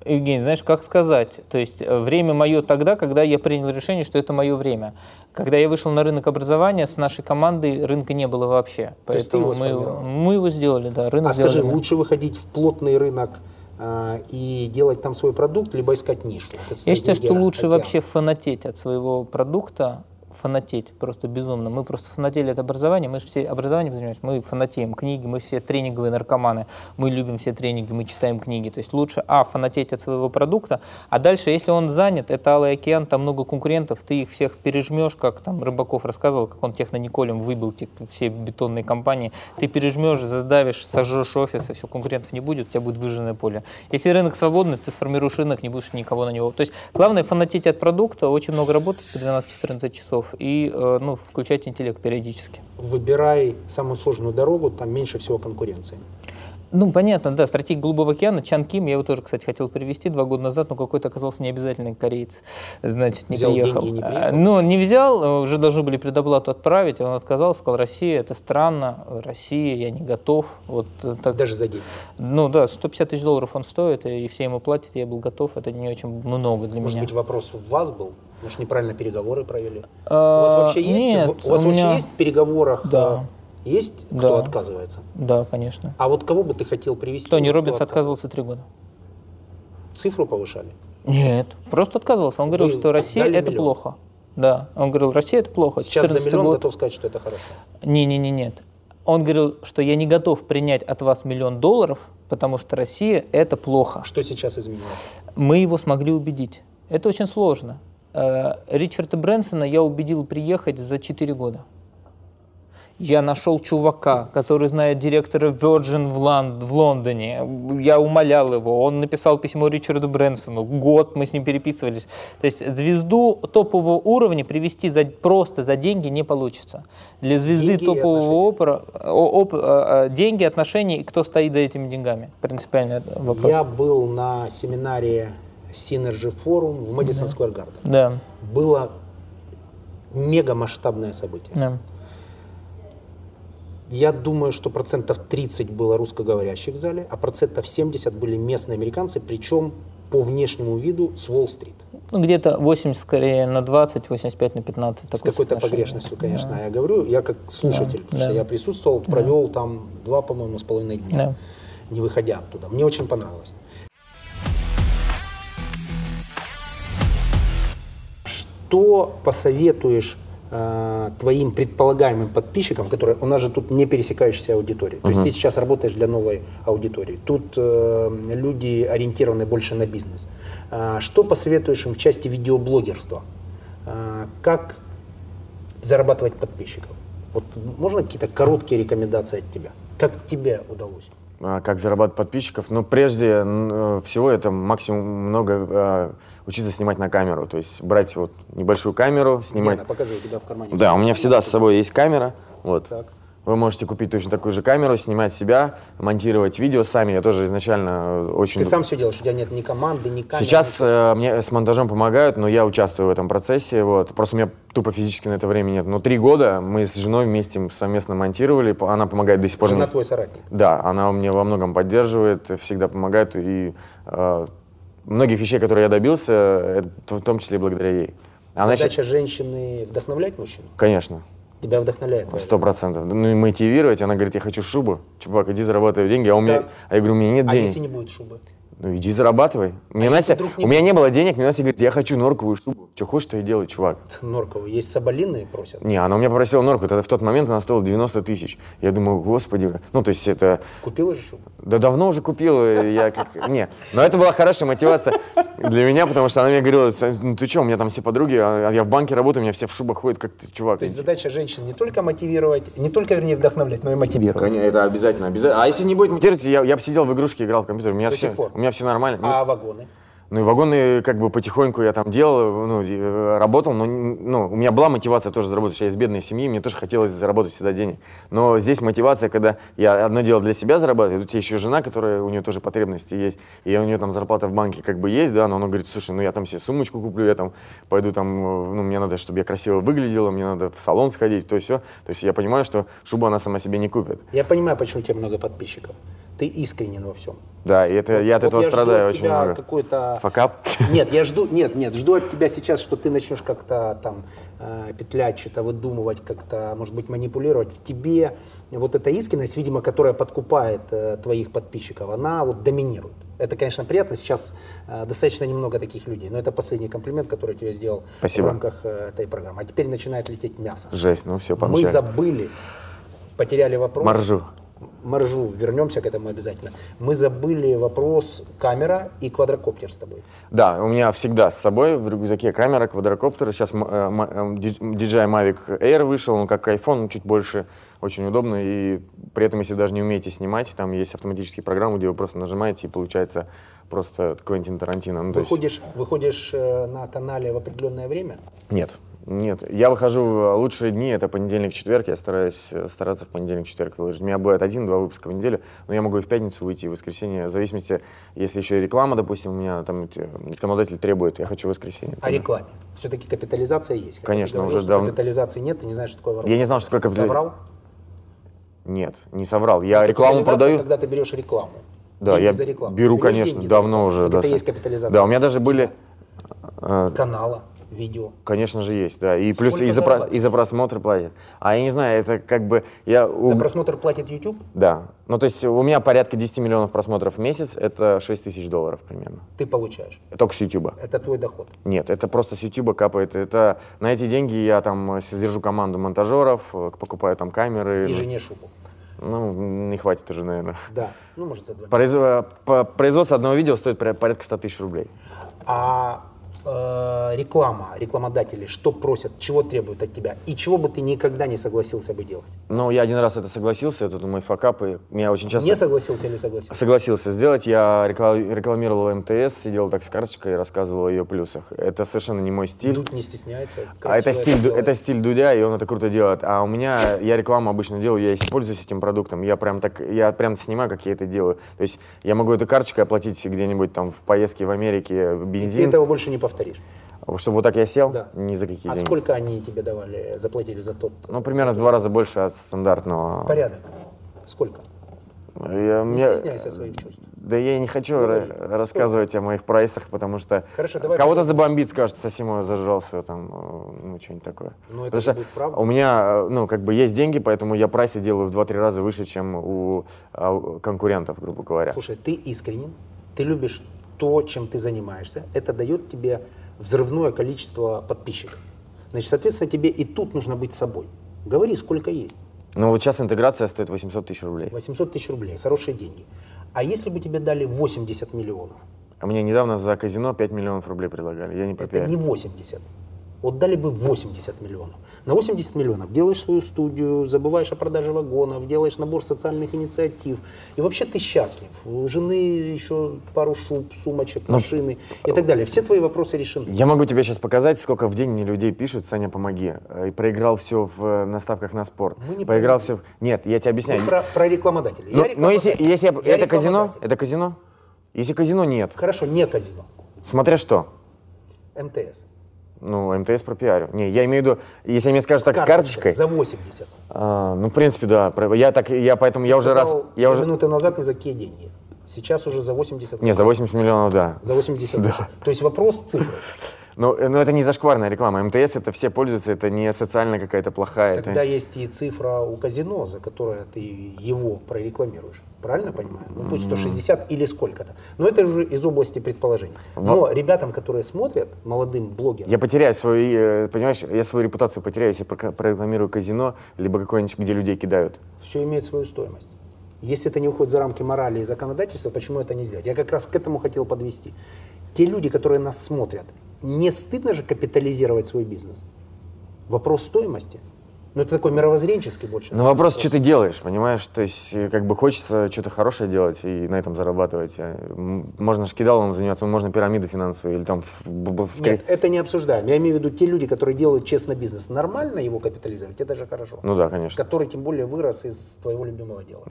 Speaker 1: э, Евгений, знаешь, как сказать? То есть э, время мое тогда, когда я принял решение, что это мое время. Когда я вышел на рынок образования, с нашей командой рынка не было вообще.
Speaker 2: То есть ты его
Speaker 1: Поэтому мы, его-
Speaker 2: сформировал?
Speaker 1: мы его сделали, да, рынок
Speaker 2: А скажи,
Speaker 1: сделали мы.
Speaker 2: лучше выходить в плотный рынок а, и делать там свой продукт, либо искать нишу?
Speaker 1: Я считаю, что лучше вообще фанатеть от своего продукта, фанатеть просто безумно. Мы просто фанатели от образования, мы же все образованием занимаемся, мы фанатеем книги, мы все тренинговые наркоманы, мы любим все тренинги, мы читаем книги. То есть лучше, а, фанатеть от своего продукта, а дальше, если он занят, это Алый океан, там много конкурентов, ты их всех пережмешь, как там Рыбаков рассказывал, как он технониколем выбил те- все бетонные компании, ты пережмешь, задавишь, сожжешь офис, и все, конкурентов не будет, у тебя будет выжженное поле. Если рынок свободный, ты сформируешь рынок, не будешь никого на него. То есть главное фанатеть от продукта, очень много работать по 12-14 часов и э, ну, включать интеллект периодически.
Speaker 2: Выбирай самую сложную дорогу, там меньше всего конкуренции.
Speaker 1: Ну, понятно, да, стратегия Голубого океана, Чан Ким, я его тоже, кстати, хотел привести два года назад, но какой-то оказался необязательный кореец, значит, не
Speaker 2: Взял
Speaker 1: приехал.
Speaker 2: деньги и не
Speaker 1: А,
Speaker 2: приехал?
Speaker 1: Ну, он не взял, э, уже должны были предоплату отправить, он отказался, сказал, Россия, это странно, э, Россия, я не готов, вот э, так.
Speaker 2: Даже за деньги.
Speaker 1: Ну да, 150 тысяч долларов он стоит, и все ему платят, я был готов, это не очень много для
Speaker 2: Может
Speaker 1: меня.
Speaker 2: быть, вопрос в вас был? Может, неправильно переговоры провели?
Speaker 1: А,
Speaker 2: у вас вообще есть,
Speaker 1: нет,
Speaker 2: у вас
Speaker 1: у
Speaker 2: вообще
Speaker 1: меня-
Speaker 2: есть в переговорах?
Speaker 1: Да.
Speaker 2: э, Есть кто
Speaker 1: Да.
Speaker 2: отказывается?
Speaker 1: Да, конечно.
Speaker 2: А вот кого бы ты хотел привести?
Speaker 1: Тони
Speaker 2: вот кто
Speaker 1: Робинс отказывался три года.
Speaker 2: Цифру повышали?
Speaker 1: Нет, просто отказывался. Он говорил,
Speaker 2: Вы
Speaker 1: что Россия
Speaker 2: дали
Speaker 1: это
Speaker 2: миллион?
Speaker 1: плохо. Да, он говорил, Россия это плохо.
Speaker 2: Сейчас за
Speaker 1: 14-й
Speaker 2: миллион
Speaker 1: год.
Speaker 2: готов сказать, что это хорошо.
Speaker 1: Не, не, не, нет. Он говорил, что я не готов принять от вас миллион долларов, потому что Россия это плохо.
Speaker 2: А Что сейчас изменилось?
Speaker 1: Мы его смогли убедить. Это очень сложно. Э, Ричарда Брэнсона я убедил приехать за 4 года. Я нашел чувака, который знает директора Virgin в, Лон- в Лондоне. Я умолял его. Он написал письмо Ричарду Брэнсону. Год мы с ним переписывались. То есть звезду топового уровня привести за, просто за деньги не получится. Для звезды
Speaker 2: Деньги и
Speaker 1: топового опера, о- оп- э, э, деньги, отношения и кто стоит за этими деньгами. Принципиальный вопрос.
Speaker 2: Я был на семинаре Synergy Forum в Мэдисон Сквер Гарден.
Speaker 1: Да.
Speaker 2: Было мега масштабное событие.
Speaker 1: да.
Speaker 2: Я думаю, что процентов 30 было русскоговорящих в зале, а процентов 70 были местные американцы, причем по внешнему виду с Уолл-стрит.
Speaker 1: Ну, где-то 80 скорее на 20, 85 на 15.
Speaker 2: С какой-то погрешностью, конечно, я говорю. Я как слушатель, потому
Speaker 1: да.
Speaker 2: что я присутствовал, провел там два, по-моему, с половиной дня,
Speaker 1: Да.
Speaker 2: не выходя оттуда. Мне очень понравилось. Что посоветуешь э, твоим предполагаемым подписчикам, которые у нас же тут не пересекающаяся аудитория. То есть ты сейчас работаешь для новой аудитории. Тут э, люди ориентированы больше на бизнес. Э, что посоветуешь им в части видеоблогерства? Э, как зарабатывать подписчиков? Вот можно какие-то короткие рекомендации от тебя? Как тебе удалось?
Speaker 3: а, как зарабатывать подписчиков. Но прежде н- э, всего это максимум много э, учиться снимать на камеру. То есть брать вот небольшую камеру, снимать.
Speaker 2: Диана, покажи, у тебя в кармане.
Speaker 3: Да, у меня всегда с собой есть камера. Вот.
Speaker 2: Так.
Speaker 3: Вы можете купить точно такую же камеру, снимать себя, монтировать видео сами. Я тоже изначально э, очень...
Speaker 2: Ты сам все делаешь, у тебя нет ни команды, ни камеры.
Speaker 3: Сейчас э, мне с монтажом помогают, но я участвую в этом процессе. Вот. Просто у меня тупо физически на это времени нет. Но три года мы с женой вместе совместно монтировали. по- Она помогает до сих пор.
Speaker 2: Жена
Speaker 3: мне.
Speaker 2: твой соратник.
Speaker 3: Да, она мне во многом поддерживает, всегда помогает. И э, многих вещей, которые я добился, это в том числе и благодаря ей. Она щи-
Speaker 2: Задача женщины вдохновлять мужчин.
Speaker 3: Конечно,
Speaker 2: Тебя вдохновляет. твоя
Speaker 3: сто процентов. Ну и мотивировать. Она говорит, я хочу шубу. Чувак, иди зарабатывай деньги. А, у меня...
Speaker 2: Да.
Speaker 3: а я говорю, у меня нет
Speaker 2: А
Speaker 3: денег.
Speaker 2: если не будет шубы?
Speaker 3: Ну иди зарабатывай. Мне Настя...
Speaker 2: вдруг не
Speaker 3: У меня не было денег, мне Настя говорит, я хочу норковую шубу. Че хочешь, то и делай, чувак.
Speaker 2: Норковые. Есть соболиные просят.
Speaker 3: Не, она у меня попросила норку. Тогда в тот момент она стоила 90 тысяч. Я думаю, господи. Ну, то есть это...
Speaker 2: Купила же шубу?
Speaker 3: Да давно уже купил, и я как... Не, но это была хорошая мотивация для меня, потому что она мне говорила, «Сань, ну ты что, у меня там все подруги, а я в банке работаю, у меня все в шубах ходят, как ты, чувак.
Speaker 2: То есть задача женщин не только мотивировать, не только, вернее, вдохновлять, но и мотивировать.
Speaker 3: Конечно, это обязательно, обязательно. А если не будет мотивировать, я, я бы сидел в игрушке, играл в компьютер, у меня,
Speaker 2: До
Speaker 3: все,
Speaker 2: сих пор.
Speaker 3: у меня все нормально.
Speaker 2: А вагоны?
Speaker 3: Ну и вагоны как бы потихоньку я там делал, ну, и, э, работал, но н- ну, у меня была мотивация тоже заработать. Я из бедной семьи, мне тоже хотелось заработать всегда денег. Но здесь мотивация, когда я одно дело для себя зарабатываю, тут у тебя еще жена, которая, у нее тоже потребности есть, и у нее там зарплата в банке как бы есть, да, но она говорит, слушай, ну я там себе сумочку куплю, я там пойду там, э, ну мне надо, чтобы я красиво выглядела, мне надо в салон сходить, то все. То есть я понимаю, что шубу она сама себе не купит.
Speaker 2: Я понимаю, почему у тебя много подписчиков. Ты искренен во всем.
Speaker 3: Да, и это, я от
Speaker 2: Вот
Speaker 3: этого
Speaker 2: я жду
Speaker 3: страдаю
Speaker 2: от
Speaker 3: очень
Speaker 2: тебя
Speaker 3: много.
Speaker 2: какой-то
Speaker 3: Факап.
Speaker 2: Нет, я жду, нет, нет, жду от тебя сейчас, что ты начнешь как-то там э, петлять, что-то выдумывать, как-то, может быть, манипулировать. В тебе вот эта искренность, видимо, которая подкупает э, твоих подписчиков, она вот доминирует. Это, конечно, приятно. Сейчас э, достаточно немного таких людей. Но это последний комплимент, который я тебе сделал
Speaker 3: Спасибо.
Speaker 2: в рамках э, этой программы. А теперь начинает лететь мясо.
Speaker 3: Жесть, ну все,
Speaker 2: Мы
Speaker 3: помчали.
Speaker 2: забыли, потеряли вопрос.
Speaker 3: Маржу.
Speaker 2: Маржу. Вернемся к этому обязательно. Мы забыли вопрос камера и квадрокоптер с тобой.
Speaker 3: Да, у меня всегда с собой в рюкзаке камера, квадрокоптер. Сейчас м- э, м- э, Ди- DJI Mavic Air вышел, он как iPhone, он чуть больше, очень удобно. И при этом, если даже не умеете снимать, там есть автоматические программы, где вы просто нажимаете, и получается просто Квентин Тарантино. Ну, то есть-
Speaker 2: Выходишь, выходишь э, на канале в определенное время?
Speaker 3: Нет. Нет, я выхожу в лучшие дни, это понедельник-четверг, я стараюсь э, стараться в понедельник-четверг выложить. У меня бывает один-два выпуска в неделю, но я могу и в пятницу выйти, и в воскресенье, в зависимости, если еще и реклама, допустим, у меня там эти, э, рекламодатель требует, я хочу в воскресенье.
Speaker 2: О рекламе. Все-таки капитализация есть. Хотя ты
Speaker 3: Конечно,
Speaker 2: говорил,
Speaker 3: уже
Speaker 2: что
Speaker 3: давно.
Speaker 2: Капитализации нет, ты не знаешь, что такое воровка.
Speaker 3: Я не знал, что такое капитали-
Speaker 2: Соврал?
Speaker 3: Нет, не соврал, я рекламу
Speaker 2: Капитализация,
Speaker 3: продаю.
Speaker 2: когда ты берешь рекламу.
Speaker 3: Да,
Speaker 2: Деньги
Speaker 3: я
Speaker 2: за рекламу.
Speaker 3: беру,
Speaker 2: Ты берешь
Speaker 3: конечно,
Speaker 2: деньги за
Speaker 3: давно
Speaker 2: рекламу.
Speaker 3: уже.
Speaker 2: Вот
Speaker 3: да,
Speaker 2: это
Speaker 3: с-
Speaker 2: есть капитализация.
Speaker 3: Да, у меня даже были, э,
Speaker 2: Канала, видео.
Speaker 3: конечно же, есть, да, и плюс
Speaker 2: Сколько
Speaker 3: и за, про-
Speaker 2: зарабатываешь?
Speaker 3: и за просмотр платят. А я не знаю, это как бы, я...
Speaker 2: За
Speaker 3: уб-
Speaker 2: просмотр платит YouTube?
Speaker 3: Да. Ну, то есть у меня порядка 10 миллионов просмотров в месяц, это 6 тысяч долларов примерно.
Speaker 2: Ты получаешь.
Speaker 3: Только с Ютуба.
Speaker 2: Это твой доход.
Speaker 3: Нет, это просто с Ютуба капает. Это на эти деньги я там э, содержу команду монтажеров, э, покупаю там камеры.
Speaker 2: И жене шубу.
Speaker 3: Ну, не хватит уже, наверное.
Speaker 2: Да. Ну, может, за два.
Speaker 3: Производство одного видео стоит поря- порядка 100 тысяч рублей.
Speaker 2: А э, реклама, рекламодатели, что просят, чего требуют от тебя и чего бы ты никогда не согласился бы делать?
Speaker 3: Ну, я один раз это согласился, это мой факап, и меня очень часто...
Speaker 2: Не согласился или согласился?
Speaker 3: Согласился сделать. Я рекла- рекламировал МТС, сидел так с карточкой и рассказывал о ее плюсах. Это совершенно не мой стиль.
Speaker 2: Тут не стесняется.
Speaker 3: А
Speaker 2: красиво
Speaker 3: это стиль, Ду-
Speaker 2: делает.
Speaker 3: это стиль Дудя, и он это круто делает. А у меня, я рекламу обычно делаю, я и пользуюсь этим продуктом. Я прям так, я прям снимаю, как я это делаю. То есть я могу эту карточкой оплатить где-нибудь там в поездке в Америке,
Speaker 2: И
Speaker 3: бензин,
Speaker 2: ты этого больше не повторишь.
Speaker 3: чтобы вот так я сел,
Speaker 2: Да.
Speaker 3: ни за какие
Speaker 2: А
Speaker 3: деньги.
Speaker 2: сколько они тебе давали, заплатили за тот
Speaker 3: Ну, примерно в два раза больше от стандартного.
Speaker 2: порядок? Сколько?
Speaker 3: Я-
Speaker 2: Не
Speaker 3: мне-
Speaker 2: стесняйся своих чувств.
Speaker 3: Да я и не хочу ра- рассказывать о моих прайсах, потому что
Speaker 2: Ну, Хорошо, давай
Speaker 3: кого-то забомбит, скажет, Сосимова зажрался, там, э, ну, что-нибудь такое.
Speaker 2: Ну, это же
Speaker 3: Потому что
Speaker 2: будет правда.
Speaker 3: у меня, э, ну, как бы есть деньги, поэтому я прайсы делаю в 2-3 раза выше, чем у а, у конкурентов, грубо говоря.
Speaker 2: Слушай, ты искренен, ты любишь то, чем ты занимаешься. Это дает тебе взрывное количество подписчиков. Значит, соответственно, тебе и тут нужно быть собой. Говори, сколько есть.
Speaker 3: Ну, вот сейчас интеграция стоит 800 тысяч рублей.
Speaker 2: 800 тысяч рублей, хорошие деньги. А если бы тебе дали 80 миллионов?
Speaker 3: А мне недавно за казино 5 миллионов рублей предлагали, я не
Speaker 2: Это
Speaker 3: пропиарил.
Speaker 2: не 80. Вот дали бы 80 миллионов. На 80 миллионов делаешь свою студию, забываешь о продаже вагонов, делаешь набор социальных инициатив. И вообще ты счастлив. У жены еще пару шуб, сумочек, машины и так далее. Все твои вопросы решены.
Speaker 3: Ну, Я могу тебе сейчас показать, сколько в день мне людей пишут, Саня, помоги. Э, И проиграл все в э, на ставках на спорт.
Speaker 2: Мы не
Speaker 3: проиграл все. Нет, я тебе
Speaker 2: Ну,
Speaker 3: объясняю.
Speaker 2: про, про рекламодателей. Я
Speaker 3: Ну, но если,
Speaker 2: рекламодатель.
Speaker 3: если я-
Speaker 2: Я
Speaker 3: это казино,
Speaker 2: рекламодатель.
Speaker 3: это казино. Если казино нет,
Speaker 2: Хорошо, не казино.
Speaker 3: смотря что.
Speaker 2: МТС.
Speaker 3: Ну, МТС пропиарю. Не, я имею в виду, если мне скажут так с карточкой.
Speaker 2: За 80.
Speaker 3: а, ну, в принципе, да. про- Я так, я поэтому, я уже раз,
Speaker 2: Сказал
Speaker 3: я уже,
Speaker 2: минуты назад ни за какие деньги. Сейчас уже за 80.
Speaker 3: не, за 80 миллионов, да.
Speaker 2: За 80. То есть вопрос цифры.
Speaker 3: Но, э, но это не зашкварная реклама. МТС это все пользуются, это не социальная какая-то плохая. это-
Speaker 2: Тогда есть и цифра у казино, за которую ты его прорекламируешь. Правильно понимаю? Ну пусть 160 или сколько-то. Но это уже из области предположений. Но ребятам, которые смотрят, молодым блогерам,
Speaker 3: Я потеряю свою, э, понимаешь, я свою репутацию потеряю, если прок- прорекламирую казино, либо какое-нибудь, где людей кидают.
Speaker 2: все имеет свою стоимость. Если это не выходит за рамки морали и законодательства, почему это не сделать? Я как раз к этому хотел подвести. Те люди, которые нас смотрят, не стыдно же капитализировать свой бизнес? Вопрос стоимости. Но это такой мировоззренческий больше.
Speaker 3: Но Ну, вопрос, что ты делаешь, понимаешь? То есть, э, как бы хочется что-то хорошее делать и на этом зарабатывать. А, м, Можно же кидалом заниматься, можно пирамиду финансовую или там... в- в- в- в-
Speaker 2: Нет, это не обсуждаем. Я имею в виду те люди, которые делают честно бизнес. Нормально его капитализировать, это же хорошо.
Speaker 3: Ну да, конечно.
Speaker 2: Который тем более вырос из твоего любимого дела.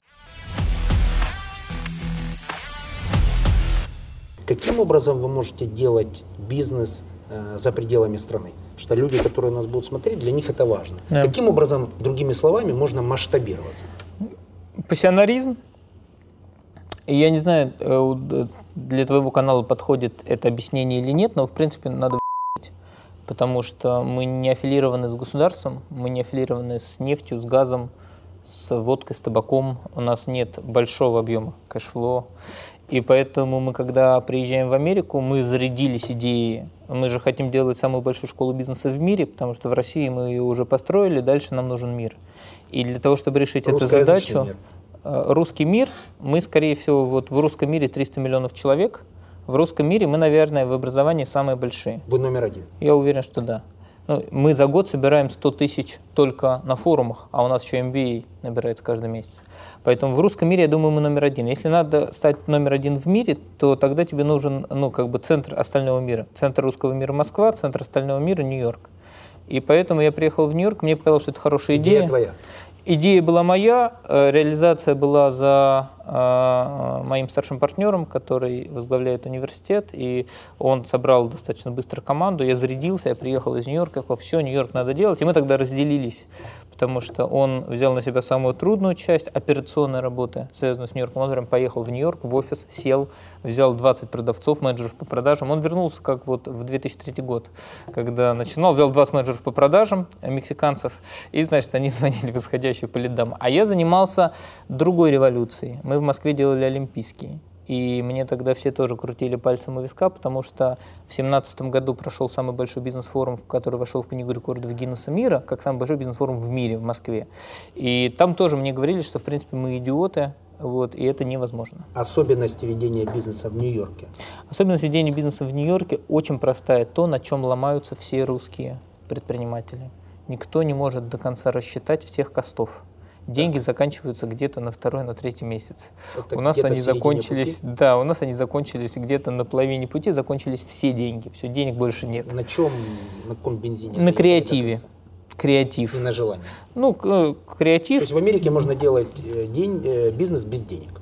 Speaker 2: Каким образом вы можете делать бизнес э, за пределами страны? Что люди, которые нас будут смотреть, для них это важно.
Speaker 1: Да.
Speaker 2: Каким образом, другими словами, можно масштабироваться?
Speaker 1: Пассионаризм. И Я не знаю, э, у- д- для твоего канала подходит это объяснение или нет, но в принципе надо в***ть, потому что мы не аффилированы с государством, мы не аффилированы с нефтью, с газом, с водкой, с табаком. У нас нет большого объема кэшфло. И поэтому мы, когда приезжаем в Америку, мы зарядились идеей. Мы же хотим делать самую большую школу бизнеса в мире, потому что в России мы ее уже построили, дальше нам нужен мир. И для того, чтобы решить эту
Speaker 2: Русскоязычный
Speaker 1: задачу,
Speaker 2: мир.
Speaker 1: э, русский мир, мы, скорее всего, вот в русском мире 300 миллионов человек, в русском мире мы, наверное, в образовании самые большие.
Speaker 2: Вы номер один.
Speaker 1: Я уверен, что да. Ну, мы за год собираем 100 тысяч только на форумах, а у нас еще MBA набирается каждый месяц. Поэтому в русском мире, я думаю, мы номер один. Если надо стать номер один в мире, то тогда тебе нужен ну, как бы центр остального мира. Центр русского мира Москва, центр остального мира Нью-Йорк. И поэтому я приехал в Нью-Йорк, мне показалось, что это хорошая идея.
Speaker 2: Идея твоя.
Speaker 1: Идея была моя, э, реализация была за э, моим старшим партнером, который возглавляет университет, и он собрал достаточно быстро команду. Я зарядился, я приехал из Нью-Йорка, я сказал, все, Нью-Йорк надо делать. И мы тогда разделились, потому что он взял на себя самую трудную часть операционной работы, связанную с Нью-Йорком. Он прям поехал в Нью-Йорк, в офис, сел, взял 20 продавцов, менеджеров по продажам. Он вернулся как вот в 2003 год, когда начинал, взял 20 менеджеров по продажам э, мексиканцев, и, значит, они звонили в исходящую по лидам. А я занимался другой революцией. Мы в Москве делали Олимпийский. И мне тогда все тоже крутили пальцем у виска, потому что в 2017 году прошел самый большой бизнес-форум, в который вошел в Книгу рекордов Гиннесса мира, как самый большой бизнес-форум в мире, в Москве. И там тоже мне говорили, что, в принципе, мы идиоты, вот, и это невозможно.
Speaker 2: Особенности ведения бизнеса в Нью-Йорке.
Speaker 1: Особенность ведения бизнеса в Нью-Йорке очень простая. То, на чем ломаются все русские предприниматели. Никто не может до конца рассчитать всех костов. Деньги заканчиваются где-то на второй, на третий месяц.
Speaker 2: Это
Speaker 1: у нас
Speaker 2: где-то
Speaker 1: они
Speaker 2: в середине
Speaker 1: закончились, да, у нас они закончились где-то на половине пути, закончились все деньги, все денег больше нет.
Speaker 2: На чем, на каком бензине?
Speaker 1: на
Speaker 2: это
Speaker 1: креативе,
Speaker 2: едет
Speaker 1: креатив.
Speaker 2: доказать? И на желании.
Speaker 1: Ну, к- э,
Speaker 2: То
Speaker 1: креатив.
Speaker 2: есть в Америке можно делать э, день, э, бизнес без денег,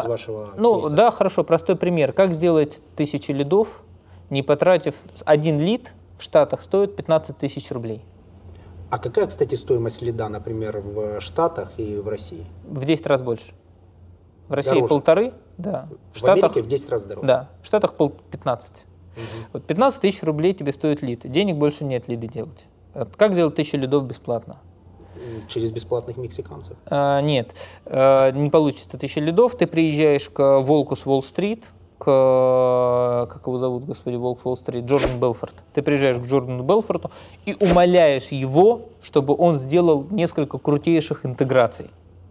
Speaker 1: А,
Speaker 2: из вашего
Speaker 1: Ну
Speaker 2: кейса.
Speaker 1: да, хорошо, простой пример. Как сделать тысячи лидов, не потратив один лид в Штатах стоит 15 тысяч рублей?
Speaker 2: А какая, кстати, стоимость лида, например, в Штатах и в России?
Speaker 1: В 10 раз больше. В России
Speaker 2: Дороже.
Speaker 1: полторы, да. В,
Speaker 2: В
Speaker 1: Штатах,
Speaker 2: Америке в 10 раз дороже.
Speaker 1: да, в Штатах пол 15. Вот 15 тысяч рублей тебе стоит лид. Денег больше нет лиды делать. Вот Как сделать тысячу лидов бесплатно?
Speaker 2: М, Через бесплатных мексиканцев.
Speaker 1: А, нет, А, не получится тысяча лидов. Ты приезжаешь к Волку с Уолл-стрит, к, э, как его зовут, господи, Волк с Уолл-стрит, Джордан Белфорд. Ты приезжаешь к Джордану Белфорту и умоляешь его, чтобы он сделал несколько крутейших интеграций.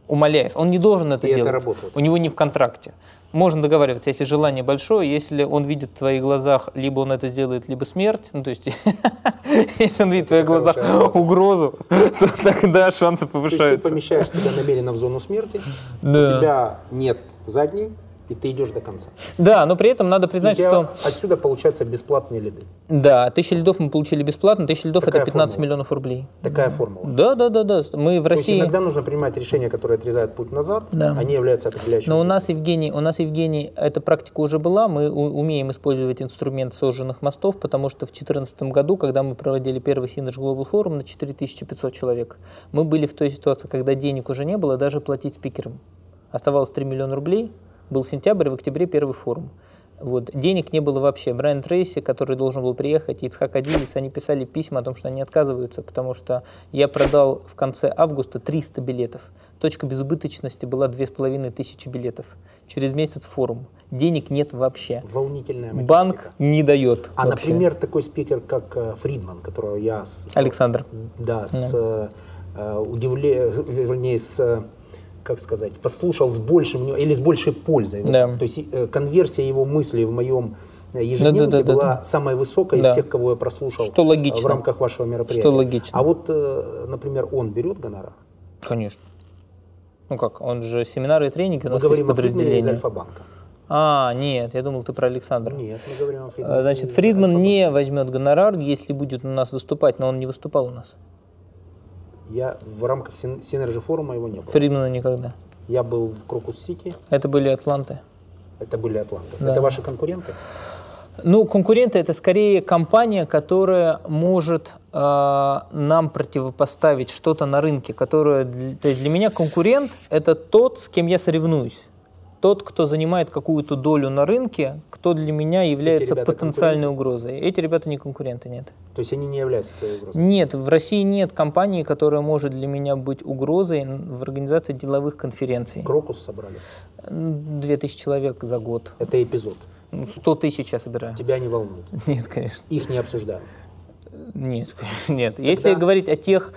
Speaker 1: Умоляешь. Он не должен это
Speaker 2: И это
Speaker 1: делать.
Speaker 2: работает.
Speaker 1: У него не в контракте. Можно договариваться, если желание большое, если он видит в твоих глазах, либо он это сделает, либо смерть. Ну, то есть, если он видит в твоих глазах
Speaker 2: хорошая работа.
Speaker 1: угрозу, то тогда шансы
Speaker 2: То есть ты
Speaker 1: повышаются.
Speaker 2: помещаешь себя намеренно в зону смерти, у
Speaker 1: Да.
Speaker 2: тебя нет задней, и ты идешь до конца.
Speaker 1: Да, но при этом надо
Speaker 2: И
Speaker 1: признать,
Speaker 2: у тебя
Speaker 1: что
Speaker 2: отсюда получаются бесплатные лиды.
Speaker 1: да, тысяча льдов мы получили бесплатно, тысяча льдов
Speaker 2: Какая
Speaker 1: это 15
Speaker 2: формула?
Speaker 1: миллионов рублей.
Speaker 2: Такая формула.
Speaker 1: Да, да, да, да. Мы в
Speaker 2: То есть
Speaker 1: России.
Speaker 2: иногда нужно принимать решения, которые отрезают путь назад,
Speaker 1: Да.
Speaker 2: они являются определяющими.
Speaker 1: Но у нас, Евгений, у нас, Евгений, эта практика уже была. Мы у- умеем использовать инструмент сожженных мостов, потому что в 2014 году, когда мы проводили первый Синедж Global Forum на 4500 человек, мы были в той ситуации, когда денег уже не было, даже платить спикерам. Оставалось 3 миллиона рублей, был сентябрь, в октябре первый форум. Вот. Денег не было вообще. Брайан Трейси, который должен был приехать, и Ицхак Адилис, они писали письма о том, что они отказываются, потому что я продал в конце августа 300 билетов. Точка безубыточности была 2500 билетов. Через месяц форум. Денег нет вообще.
Speaker 2: Волнительная математика.
Speaker 1: Банк не дает
Speaker 2: А,
Speaker 1: вообще.
Speaker 2: например, такой спикер, как э, Фридман, которого я с,
Speaker 1: Александр.
Speaker 2: да, с э, э, удивле, вернее, с э, как сказать, послушал с большим вне- или с большей пользой. Вот.
Speaker 1: Да.
Speaker 2: То есть э, конверсия его мыслей в моем э, ежедневнике
Speaker 1: Да-да-да-да-да.
Speaker 2: была самая высокая
Speaker 1: Да.
Speaker 2: из тех, кого я прослушал
Speaker 1: Что
Speaker 2: э,
Speaker 1: логично.
Speaker 2: в рамках вашего мероприятия.
Speaker 1: Что логично.
Speaker 2: А вот, э, например, он берет гонорар.
Speaker 1: Конечно. Ну как, он же семинары и тренинги у
Speaker 2: Мы
Speaker 1: нас есть
Speaker 2: говорим о Фридмане из
Speaker 1: подразделение.
Speaker 2: Альфа-банка.
Speaker 1: А, нет, я думал, ты про Александра.
Speaker 2: Нет, мы говорим о Фридмане.
Speaker 1: А, Значит,
Speaker 2: из
Speaker 1: Фридман
Speaker 2: Альфа-банка.
Speaker 1: не возьмет гонорар, если будет у нас выступать, но он не выступал у нас.
Speaker 2: Я в рамках син- Синерджи форума его не было.
Speaker 1: Фридмана никогда.
Speaker 2: Я был в Крокус-Сити,
Speaker 1: Это были Атланты.
Speaker 2: это были Атланты.
Speaker 1: Да.
Speaker 2: Это ваши конкуренты?
Speaker 1: Ну, конкуренты это скорее компания, которая может э, нам противопоставить что-то на рынке, которое для, то есть для меня конкурент это тот, с кем я соревнуюсь. тот, кто занимает какую-то долю на рынке, кто для меня является
Speaker 2: ребята
Speaker 1: потенциальной угрозой. Эти ребята не конкуренты, нет.
Speaker 2: То есть они не являются твоей угрозой.
Speaker 1: Нет, в России нет компании, которая может для меня быть угрозой в организации деловых конференций.
Speaker 2: Крокус собрали.
Speaker 1: 2000 человек за год.
Speaker 2: Это эпизод.
Speaker 1: Ну, 100 тысяч я собираю.
Speaker 2: Тебя не волнует.
Speaker 1: Нет, конечно.
Speaker 2: Их не обсуждают.
Speaker 1: Нет, нет. Если говорить о тех,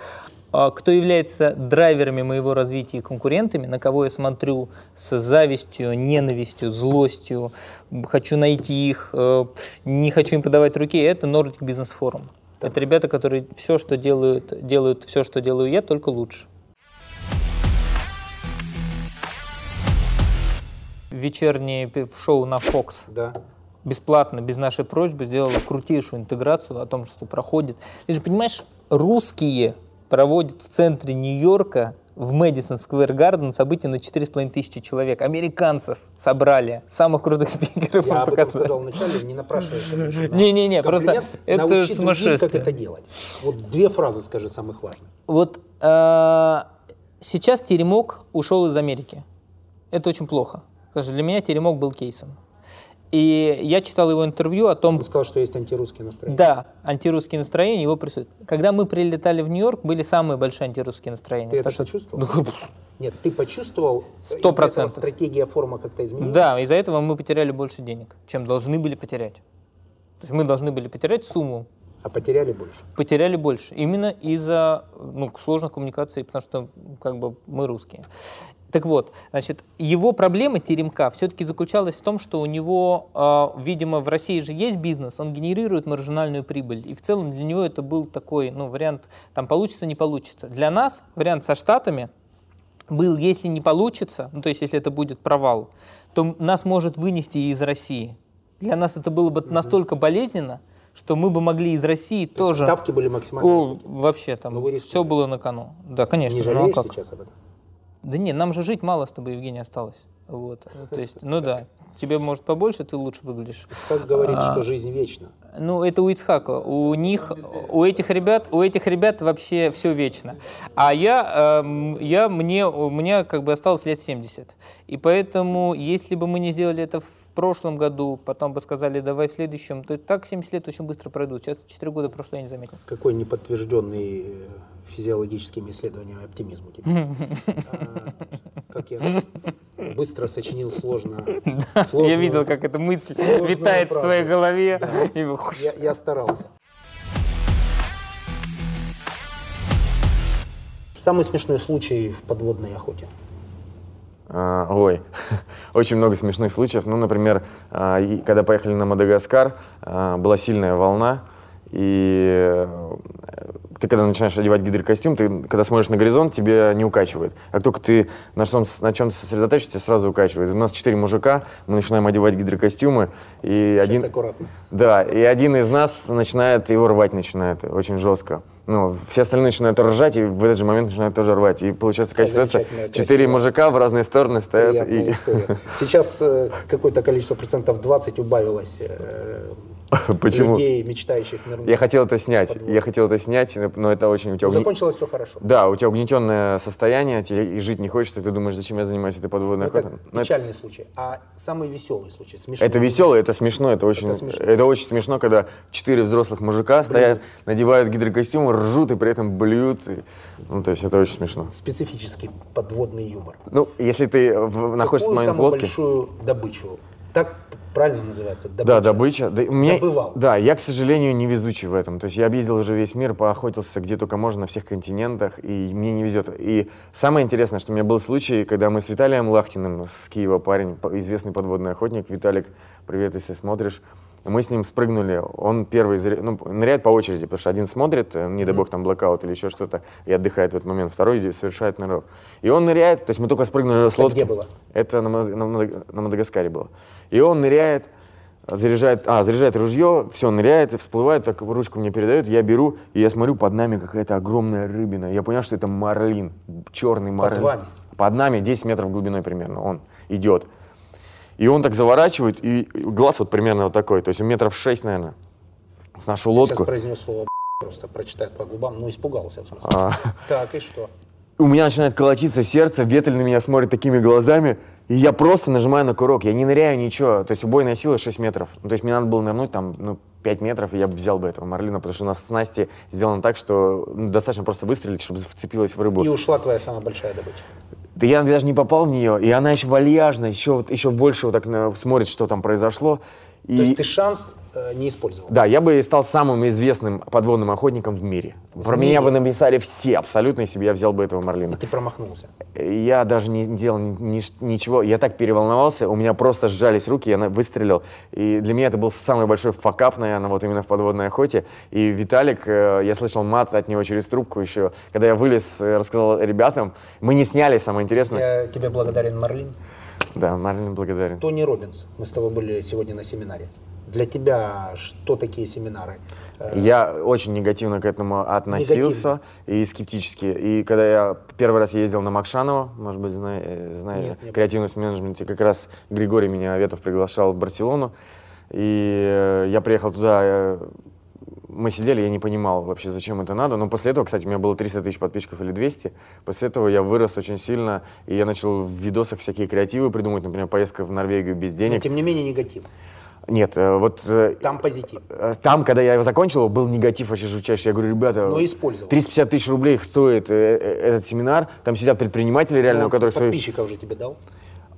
Speaker 1: а, кто является драйверами моего развития и конкурентами, на кого я смотрю с завистью, ненавистью, злостью, м, хочу найти их, э, не хочу им подавать руки, это Nordic Business Forum. Это ребята, которые все, что делают, делают все, что делаю я, только лучше. Вечернее пи- шоу на Fox
Speaker 2: Да.
Speaker 1: бесплатно, без нашей просьбы, сделала крутейшую интеграцию о том, что проходит. Ты же понимаешь, русские проводят в центре Нью-Йорка в Мэдисон Сквер Гарден событие на 4,5 тысячи человек. Американцев собрали, самых крутых спикеров
Speaker 2: Я
Speaker 1: им
Speaker 2: об этом
Speaker 1: показали.
Speaker 2: сказал вначале, не напрашивайся. больше на
Speaker 1: Не-не-не, просто
Speaker 2: комплимент.
Speaker 1: это
Speaker 2: Научи других, как
Speaker 1: сумасшествие.
Speaker 2: это делать. Вот две фразы скажи самых важных.
Speaker 1: Вот э, сейчас теремок ушел из Америки. Это очень плохо. Потому что для меня теремок был кейсом. И я читал его интервью о том,
Speaker 2: Он сказал, что есть антирусские настроения.
Speaker 1: Да, антирусские настроения его присутствуют. Когда мы прилетали в Нью-Йорк, были самые большие антирусские настроения.
Speaker 2: Ты это
Speaker 1: Потому
Speaker 2: почувствовал?
Speaker 1: что-
Speaker 2: Нет, ты почувствовал, из-за
Speaker 1: Ну, Сто
Speaker 2: этого
Speaker 1: процентов.
Speaker 2: стратегия форума как-то изменилась?
Speaker 1: ну, Да, из-за этого мы потеряли больше денег, чем должны были потерять. То есть мы должны были потерять сумму,
Speaker 2: А потеряли больше.
Speaker 1: потеряли больше. Именно из-за ну, сложных коммуникаций, потому что как бы мы русские. Так вот, значит, его проблема теремка все-таки заключалась в том, что у него, э, видимо, в России же есть бизнес, он генерирует маржинальную прибыль. И в целом для него это был такой, ну, вариант, там получится, не получится. Для нас вариант со Штатами был, если не получится, ну, то есть если это будет провал, то м- нас может вынести и из России. Для нас это было бы настолько болезненно, что мы бы могли из России
Speaker 2: То есть
Speaker 1: тоже...
Speaker 2: Ставки были максимально
Speaker 1: О,
Speaker 2: высокие.
Speaker 1: вообще там
Speaker 2: Но Ну, вы
Speaker 1: все
Speaker 2: рискнули.
Speaker 1: было на кону. Да, конечно.
Speaker 2: Не
Speaker 1: ну а
Speaker 2: жалеешь
Speaker 1: как?
Speaker 2: сейчас об этом?
Speaker 1: Да не, нам же жить мало с тобой, Евгений, осталось. Вот. То есть, ну да. Тебе может побольше, ты лучше выглядишь.
Speaker 2: Как говорит,
Speaker 1: А.
Speaker 2: что жизнь вечна.
Speaker 1: Ну, это у Ицхака. У них, у этих ребят, у этих ребят вообще все вечно. А я, эм, я мне, у меня как бы осталось лет 70. И поэтому, если бы мы не сделали это в прошлом году, потом бы сказали, давай в следующем, то так 70 лет очень быстро пройдут. Сейчас 4 года прошло, я не заметил.
Speaker 2: Какой неподтвержденный э, физиологическими исследованиями оптимизм у тебя. А, Как я с- быстро сочинил сложно.
Speaker 1: Я
Speaker 2: сложную-
Speaker 1: видел, как эта мысль
Speaker 2: сложная
Speaker 1: витает в
Speaker 2: фраза.
Speaker 1: твоей голове. И вы-
Speaker 2: Я- Я старался. Самый смешной случай в подводной охоте.
Speaker 3: А, Ой, очень много смешных случаев. Ну, например, а, и когда поехали на Мадагаскар, а, была сильная волна, и э, ты когда начинаешь одевать гидрокостюм, ты когда смотришь на горизонт, тебя не укачивает. Как только ты на чем, на чем сосредоточишься, тебя сразу укачивает. У нас четыре мужика, мы начинаем одевать гидрокостюмы, и
Speaker 2: Сейчас
Speaker 3: один...
Speaker 2: аккуратно.
Speaker 3: Да, и один из нас начинает его рвать, начинает очень жестко. Ну, все остальные начинают ржать, и в этот же момент начинают тоже рвать. И получается такая ситуация,
Speaker 2: Замечательная,
Speaker 3: четыре
Speaker 2: красивая.
Speaker 3: мужика в разные стороны стоят.
Speaker 2: Приятная
Speaker 3: И...
Speaker 2: история. Сейчас э, какое-то количество процентов 20 убавилось э,
Speaker 3: Почему?
Speaker 2: людей, мечтающих нырнуть.
Speaker 3: Я хотел это снять,
Speaker 2: Подвох.
Speaker 3: я хотел это снять, но это очень у тебя... угне-
Speaker 2: Закончилось все хорошо.
Speaker 3: Да, у тебя угнетенное состояние, тебе и жить не хочется, и ты думаешь, зачем я занимаюсь этой подводной
Speaker 2: Это
Speaker 3: охотой. Ну, это-
Speaker 2: печальный случай. А самый веселый случай, смешной.
Speaker 3: Это весело, это смешно, это очень, это,
Speaker 2: смешно.
Speaker 3: очень смешно, когда четыре взрослых мужика стоят, надевают гидрокостюмы, ржут и при этом блюют. и- Ну, то есть это очень смешно.
Speaker 2: Специфический подводный юмор.
Speaker 3: Ну, если ты в- находишься
Speaker 2: Какую
Speaker 3: в момент
Speaker 2: самую
Speaker 3: лодки.
Speaker 2: большую добычу? Так правильно называется? Добыча.
Speaker 3: Да, добыча. Да, у меня-
Speaker 2: Добывал.
Speaker 3: Да, я, к сожалению, невезучий в этом. То есть я объездил уже весь мир, поохотился где только можно, на всех континентах, и мне не везет. И самое интересное, что у меня был случай, когда мы с Виталием Лахтиным, с Киева парень, по- известный подводный охотник. Виталик, привет, если смотришь. Мы с ним спрыгнули, он первый зря- ну, ныряет по очереди, потому что один смотрит, э, не дай бог там блокаут или еще что-то, и отдыхает в этот момент, второй совершает нырок. И он ныряет, то есть мы только спрыгнули с
Speaker 2: Это
Speaker 3: лодки.
Speaker 2: где было?
Speaker 3: Это на, Мада- на Мада- на Мадагаскаре было. И он ныряет, заряжает, а, заряжает ружье, все, ныряет, и всплывает, так ручку мне передают, я беру, и я смотрю, под нами какая-то огромная рыбина. Я понял, что это марлин, черный марлин.
Speaker 2: вами?
Speaker 3: Под нами 10 метров глубиной примерно, он идет. И он так заворачивает, и и глаз вот примерно вот такой, то есть метров 6, наверное, с нашу
Speaker 2: Сейчас
Speaker 3: лодку.
Speaker 2: произнес слово «б***», просто прочитает по губам, но испугался в Ну, смысле.
Speaker 3: А,
Speaker 2: Так, и что?
Speaker 3: у меня начинает колотиться сердце, ветель на меня смотрит такими глазами, и я просто нажимаю на курок, я не ныряю ничего. То есть убойная сила 6 метров. Ну, то есть мне надо было нырнуть там, ну, 5 метров, и я бы взял бы этого марлина, потому что у нас снасти сделано так, что ну, достаточно просто выстрелить, чтобы вцепилась в рыбу.
Speaker 2: И ушла твоя самая большая добыча.
Speaker 3: Да я даже не попал в нее, и она еще вальяжно, еще, вот, еще больше вот так на- смотрит, что там произошло. И...
Speaker 2: То есть ты шанс э, не использовал.
Speaker 3: Да, я бы и стал самым известным подводным охотником в мире. Про меня бы написали все абсолютно, если бы я взял бы этого марлина.
Speaker 2: Ты промахнулся.
Speaker 3: Я даже не делал ни- ни ш- ничего, я так переволновался, у меня просто сжались руки, я на- выстрелил. И для меня это был самый большой факап, наверное, вот именно в подводной охоте. И Виталик, э, я слышал мат от него через трубку еще. Когда я вылез, э, рассказал ребятам, мы не сняли, самое интересное.
Speaker 2: Я тебе благодарен, Марлин.
Speaker 3: Да, Марлин благодарен.
Speaker 2: Тони Робинс, мы с тобой были сегодня на семинаре. Для тебя что такие семинары? Э,
Speaker 3: Я очень негативно к этому относился и скептически. И когда я первый раз ездил на Макшанова, может быть, зна- э, знаешь,
Speaker 2: Нет, не
Speaker 3: креативность в менеджменте, как раз Григорий меня Ветов приглашал в Барселону. И э, я приехал туда, э, мы сидели, я не понимал вообще, зачем это надо. Но после этого, кстати, у меня было 300 тысяч подписчиков или 200. После этого я вырос очень сильно, и я начал в видосах всякие креативы придумывать. Например, поездка в Норвегию без
Speaker 2: но
Speaker 3: денег.
Speaker 2: тем не менее негатив.
Speaker 3: Нет, э, вот э,
Speaker 2: Там позитив.
Speaker 3: Э, Там, когда я его закончил, был негатив вообще жутчайший. Я говорю, ребята,
Speaker 2: Но использовал.
Speaker 3: 350 тысяч рублей стоит э, э, этот семинар. Там сидят предприниматели реально,
Speaker 2: Он
Speaker 3: у которых свои...
Speaker 2: подписчиков же Ну, тебе дал.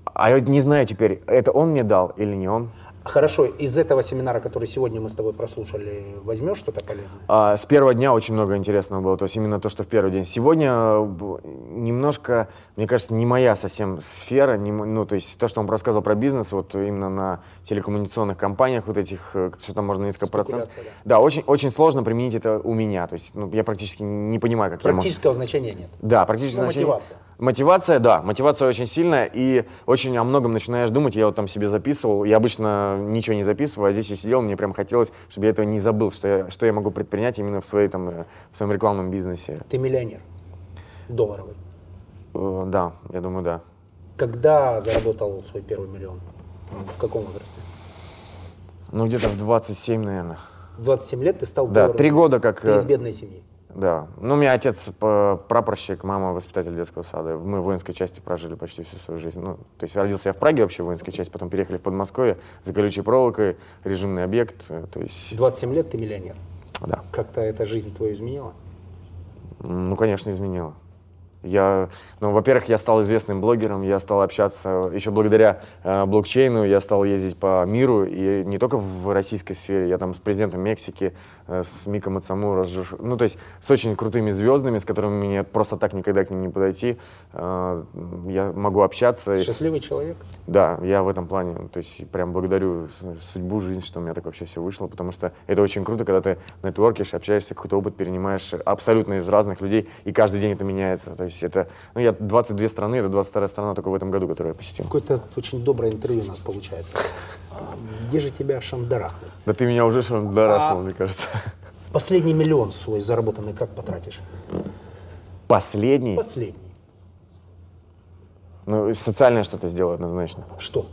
Speaker 3: А я не знаю теперь, это он мне дал или не он.
Speaker 2: А Хорошо, из этого семинара, который сегодня мы с тобой прослушали, возьмешь что-то полезное?
Speaker 3: А, с первого дня очень много интересного было, то есть именно то, что в первый день. Сегодня э, б- немножко, мне кажется, не моя совсем сфера, не м- ну то есть то, что он рассказывал про бизнес, вот именно на телекоммуникационных компаниях вот этих, э, что там можно несколько процентов.
Speaker 2: Спекуляция,
Speaker 3: Да, очень очень сложно применить это у меня, то есть ну, я практически не понимаю, как я могу.
Speaker 2: Практического значения нет.
Speaker 3: Да, практически
Speaker 2: Ну,
Speaker 3: значение-
Speaker 2: мотивация.
Speaker 3: Мотивация, да, мотивация очень сильная, и очень о многом начинаешь думать. Я вот там себе записывал, я обычно ничего не записываю, а здесь я сидел, мне прям хотелось, чтобы я этого не забыл, что я, что я могу предпринять именно в, своей, там, э, в своем рекламном бизнесе.
Speaker 2: Ты миллионер долларовый.
Speaker 3: Э, Да, я думаю, да.
Speaker 2: Когда заработал свой первый миллион? В каком возрасте?
Speaker 3: Ну, где-то в 27, наверное.
Speaker 2: В 27 лет ты стал
Speaker 3: Да,
Speaker 2: долларовым.
Speaker 3: три года как...
Speaker 2: Ты
Speaker 3: э,
Speaker 2: из бедной семьи.
Speaker 3: Да. Ну, у меня отец э, прапорщик, мама воспитатель детского сада. Мы в воинской части прожили почти всю свою жизнь. Ну, то есть родился я в Праге вообще, в воинской части, потом переехали в Подмосковье за колючей проволокой, режимный объект, э, то
Speaker 2: В
Speaker 3: есть,
Speaker 2: 27 лет ты миллионер.
Speaker 3: да.
Speaker 2: Как-то эта жизнь твою изменила?
Speaker 3: М, Ну, конечно, изменило. Я, ну, во-первых, я стал известным блогером, я стал общаться, еще благодаря э, блокчейну я стал ездить по миру, и не только в российской сфере, я там с президентом Мексики, э, с Миком Ацамура, с Жош- ну, то есть с очень крутыми звездами, с которыми мне просто так никогда к ним не подойти, Э, я могу общаться, и-
Speaker 2: Счастливый человек?
Speaker 3: да, я в этом плане, ну, то есть прям благодарю с- судьбу, жизнь, что у меня так вообще все вышло, потому что это очень круто, когда ты нетворкишь, общаешься, какой-то опыт перенимаешь абсолютно из разных людей, и каждый день это меняется. То есть это, ну я 22 страны, это 22 страна только в этом году, которую я посетил.
Speaker 2: Какое-то очень доброе интервью у нас получается. А, Где же тебя шандарахнут?
Speaker 3: Да ты меня уже шандарахнул,
Speaker 2: А.
Speaker 3: мне кажется.
Speaker 2: Последний миллион свой заработанный как потратишь?
Speaker 3: Последний?
Speaker 2: Последний.
Speaker 3: Ну, социальное что-то сделаю однозначно.
Speaker 2: Что?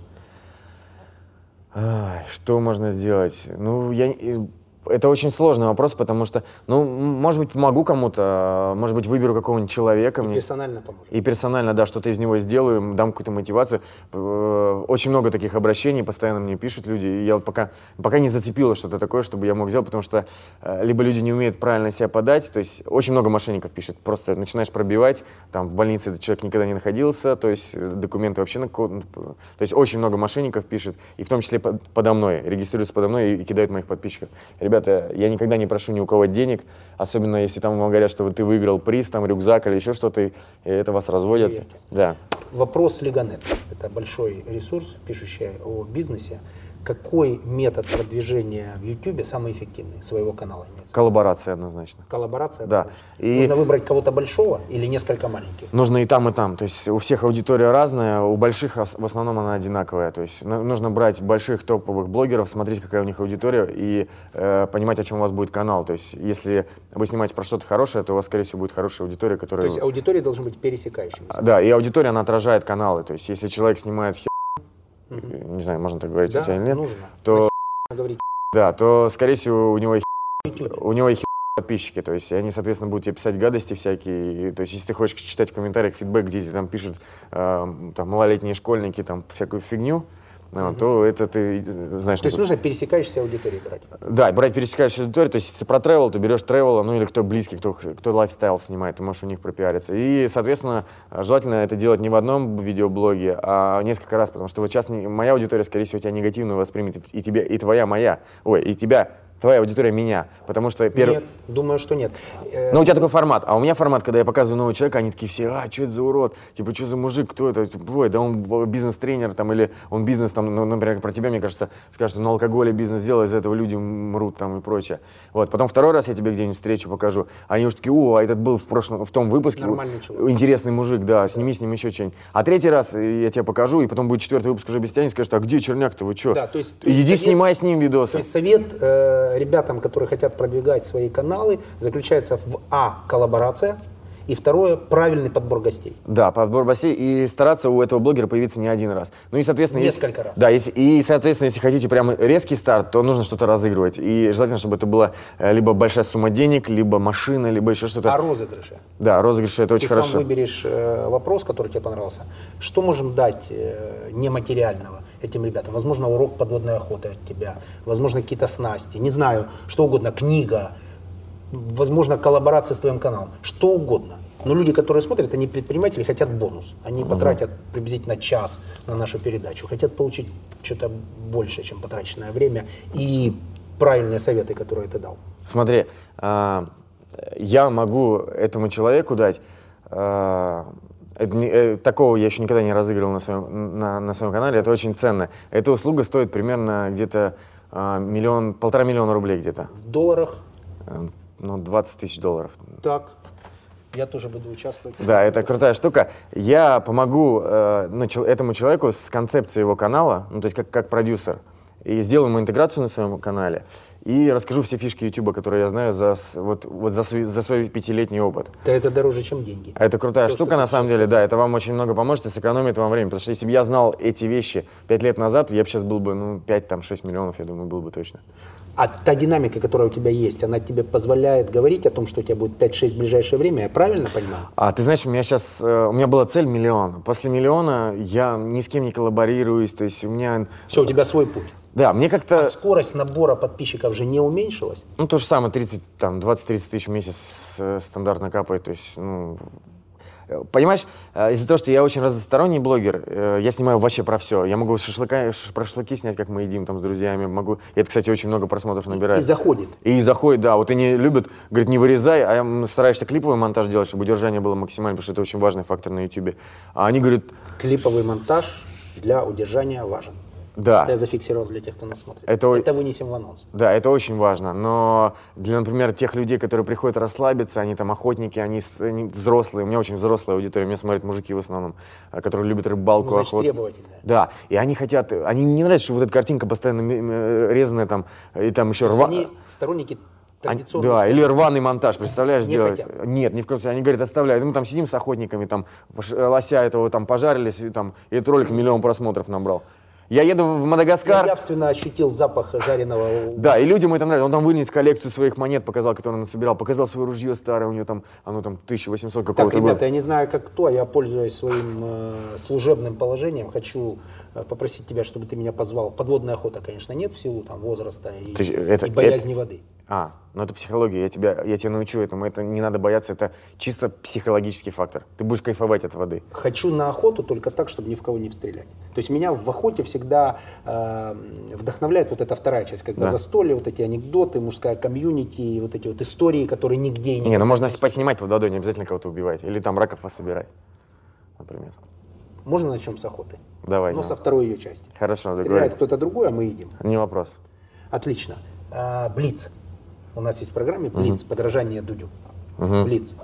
Speaker 3: Ай, что можно сделать? Ну, я... не- э, Это очень сложный вопрос, потому что, ну, м, может быть, помогу кому-то, а, может быть, выберу какого-нибудь человека. мне-
Speaker 2: Персонально поможешь?
Speaker 3: И персонально, да, что-то из него сделаю, м, дам какую-то мотивацию. Э, Очень много таких обращений, постоянно мне пишут люди, и я вот пока, пока не зацепила что-то такое, чтобы я мог сделать, потому что э, либо люди не умеют правильно себя подать, то есть очень много мошенников пишет, просто начинаешь пробивать, там в больнице этот человек никогда не находился, то есть э, документы вообще на ко- ну, п- То есть очень много мошенников пишет, и в том числе под- подо мной, регистрируются подо мной и, и кидают моих подписчиков. Ребята, я никогда не прошу ни у кого денег, особенно если там вам говорят, что вы- ты выиграл приз, там рюкзак или еще что-то, и и это вас разводят.
Speaker 2: Привет.
Speaker 3: Да.
Speaker 2: Вопрос Леганет. Это большой ресурс, пишущий о бизнесе. Какой метод продвижения в YouTube самый эффективный своего канала имеется?
Speaker 3: Коллаборация однозначно.
Speaker 2: Коллаборация?
Speaker 3: Да.
Speaker 2: однозначно.
Speaker 3: И-
Speaker 2: Нужно выбрать кого-то большого или несколько маленьких?
Speaker 3: Нужно и там, и там. То есть у всех аудитория разная, у больших ос- в основном она одинаковая. То есть ну- нужно брать больших топовых блогеров, смотреть, какая у них аудитория, и э, понимать, о чем у вас будет канал. То есть если вы снимаете про что-то хорошее, то у вас, скорее всего, будет хорошая аудитория,
Speaker 2: То
Speaker 3: которая... А,
Speaker 2: есть аудитории должны быть пересекающимися.
Speaker 3: Да, и аудитория, она отражает каналы. То есть если человек снимает хер... Не знаю, можно так говорить у
Speaker 2: ну,
Speaker 3: тебя или нет.
Speaker 2: нужно.
Speaker 3: То,
Speaker 2: Говорить
Speaker 3: да, то, скорее всего, у него и
Speaker 2: в YouTube.
Speaker 3: у него и хи- подписчики, то есть и они, соответственно, будут тебе писать гадости всякие, И, то есть если ты хочешь читать в комментариях фидбэк, где тебе там пишут э, там, малолетние школьники там всякую фигню, ну, то это ты э, знаешь...
Speaker 2: То есть
Speaker 3: ну,
Speaker 2: нужно пересекающейся аудитории брать.
Speaker 3: Да, брать пересекающую аудиторию, то есть если про travel, ты берешь тревела, ну или кто близкий, кто, кто лайфстайл снимает, ты можешь у них пропиариться. И, соответственно, желательно это делать не в одном видеоблоге, а несколько раз, потому что вот сейчас не- моя аудитория, скорее всего, тебя негативно воспримет, и тебя, и твоя моя, ой, и тебя, твоя аудитория меня, потому что первый...
Speaker 2: Нет, думаю, что нет. Э,
Speaker 3: Ну, у тебя такой формат. А у меня формат, когда я показываю нового человека, они такие все, а, что это за урод? Типа, что за мужик, кто это? Типа, Ой, да он б- бизнес-тренер там, или он бизнес там, ну, например, про тебя, мне кажется, скажут, на алкоголе бизнес делал, из-за этого люди мрут там и прочее. Вот, потом второй раз я тебе где-нибудь встречу покажу, они уж такие, о, а этот был в прошлом, в том выпуске.
Speaker 2: Нормальный человек.
Speaker 3: Интересный мужик, да, сними с ним еще что-нибудь. А третий раз э, я тебе покажу, и потом будет четвертый выпуск уже без тебя, они скажут, а где черняк-то, вы что?
Speaker 2: Да, то есть- то есть
Speaker 3: Иди
Speaker 2: совет-
Speaker 3: снимай с ним видосы.
Speaker 2: То есть совет э, ребятам, которые хотят продвигать свои каналы, заключается в А. Коллаборация. И второе, правильный подбор гостей.
Speaker 3: Да, подбор бассей и стараться у этого блогера появиться не один раз. Ну и, соответственно, если-
Speaker 2: Несколько раз.
Speaker 3: Да, если, и, соответственно, если хотите прям резкий старт, то нужно что-то разыгрывать. И желательно, чтобы это была э, либо большая сумма денег, либо машина, либо еще что-то.
Speaker 2: О розыгрыше.
Speaker 3: Да, розыгрыши это
Speaker 2: А
Speaker 3: очень
Speaker 2: Ты сам
Speaker 3: хорошо.
Speaker 2: выберешь э, вопрос, который тебе понравился. Что можем дать э, нематериального этим ребятам? Возможно, урок подводной охоты от тебя, возможно, какие-то снасти, не знаю, что угодно, книга, возможно, коллаборация с твоим каналом, что угодно. Но люди, которые смотрят, они предприниматели, хотят бонус. Они потратят приблизительно час на нашу передачу, хотят получить что-то больше, чем потраченное время и правильные советы, которые ты дал.
Speaker 3: Смотри, а, я могу этому человеку дать. а, это не- э, такого я еще никогда не разыгрывал на своем, на, на своем канале. Это очень ценно. Эта услуга стоит примерно где-то а, миллион, полтора миллиона рублей где-то.
Speaker 2: В долларах
Speaker 3: Э, Ну, 20 тысяч долларов.
Speaker 2: так. Я тоже буду участвовать.
Speaker 3: Да, это крутая штука. Я помогу э, ну, чел- этому человеку с концепцией его канала, ну, то есть как, как продюсер, и сделаю ему интеграцию на своем канале, и расскажу все фишки YouTube, которые я знаю за, с- вот, вот за, свой, за свой пятилетний опыт.
Speaker 2: Да это дороже, чем деньги.
Speaker 3: А Это крутая
Speaker 2: То, что
Speaker 3: штука,
Speaker 2: ты
Speaker 3: на самом деле, да, это вам очень много поможет и сэкономит вам время, потому что если бы я знал эти вещи пять лет назад, я бы сейчас был бы, ну, 5-6 миллионов, я думаю, был бы точно.
Speaker 2: А та динамика, которая у тебя есть, она тебе позволяет говорить о том, что у тебя будет 5-6 в ближайшее время, я правильно понимаю?
Speaker 3: А ты знаешь, у меня сейчас, у меня была цель миллион. После миллиона я ни с кем не коллаборируюсь, то есть у меня
Speaker 2: Все, у тебя свой путь. А
Speaker 3: Да, мне как-то,
Speaker 2: Скорость набора подписчиков же не уменьшилась.
Speaker 3: ну, то же самое, 30, там, 20-30 тысяч в месяц э, стандартно капает, то есть, ну, э, Понимаешь, э, из-за того, что я очень разносторонний блогер, э, я снимаю вообще про все. Я могу шашлыка, ш- про шашлыки снять, как мы едим там с друзьями, могу. И это, кстати, очень много просмотров набирает.
Speaker 2: И заходит.
Speaker 3: И заходит, да, вот они любят, говорит, не вырезай, а м, стараешься клиповый монтаж делать, чтобы удержание было максимально, потому что это очень важный фактор на YouTube. А они говорят,
Speaker 2: Клиповый монтаж для удержания важен.
Speaker 3: да.
Speaker 2: Это я зафиксировал для тех, кто нас смотрит.
Speaker 3: Это о-
Speaker 2: вынесем в анонс.
Speaker 3: Да, это очень важно, но для, например, тех людей, которые приходят расслабиться, они там охотники, они, с- они взрослые, у меня очень взрослая аудитория, меня смотрят мужики в основном, а, которые любят
Speaker 2: Ну,
Speaker 3: рыбалку,
Speaker 2: значит,
Speaker 3: охоту.
Speaker 2: требовательное.
Speaker 3: Да, и они хотят, они не нравится, что вот эта картинка постоянно м- м- резаная там, и там еще рва...
Speaker 2: Они сторонники
Speaker 3: Они-
Speaker 2: традиционных
Speaker 3: Да,
Speaker 2: ценностей.
Speaker 3: или рваный монтаж, представляешь,
Speaker 2: Не
Speaker 3: делать?
Speaker 2: хотят.
Speaker 3: Нет, ни в коем случае. Они говорят, оставляй. Мы там сидим с охотниками, там пош- э, лося этого там пожарились, и там, и этот ролик миллион просмотров набрал. Я еду в
Speaker 2: Я
Speaker 3: Мадагаскар.
Speaker 2: явственно ощутил запах жареного.
Speaker 3: Да, и людям это нравится. Он там вынес коллекцию своих монет, показал, которые он насобирал, показал свое ружье старое, у него там, оно там 1800
Speaker 2: Так,
Speaker 3: какого-то
Speaker 2: ребята,
Speaker 3: года.
Speaker 2: я не знаю, как кто, а я пользуюсь своим э, служебным положением, хочу э, попросить тебя, чтобы ты меня позвал. Подводная охота, конечно, нет в силу там возраста и,
Speaker 3: Ты ж- это-
Speaker 2: и боязни воды.
Speaker 3: А, ну это психология, я тебя, я тебя научу этому, это не надо бояться, это чисто психологический фактор. Ты будешь кайфовать от воды.
Speaker 2: Хочу на охоту только так, чтобы ни в кого не встрелять. То есть меня в охоте всегда э, вдохновляет вот эта вторая часть, когда
Speaker 3: Да.
Speaker 2: застолье, вот эти анекдоты, мужская комьюнити, и вот эти вот истории, которые нигде и
Speaker 3: Не,
Speaker 2: не...
Speaker 3: ну можно поснимать под водой, не обязательно кого-то убивать. Или там раков пособирать, например.
Speaker 2: Можно начнем с охоты?
Speaker 3: Давай,
Speaker 2: Но
Speaker 3: Дима.
Speaker 2: Ну, со второй ее части.
Speaker 3: Хорошо,
Speaker 2: Стреляет
Speaker 3: договорились.
Speaker 2: кто-то другой, а мы едим.
Speaker 3: Не вопрос.
Speaker 2: Отлично. А, Блиц. У нас есть в программе Блиц, подражание Дудю. Блиц.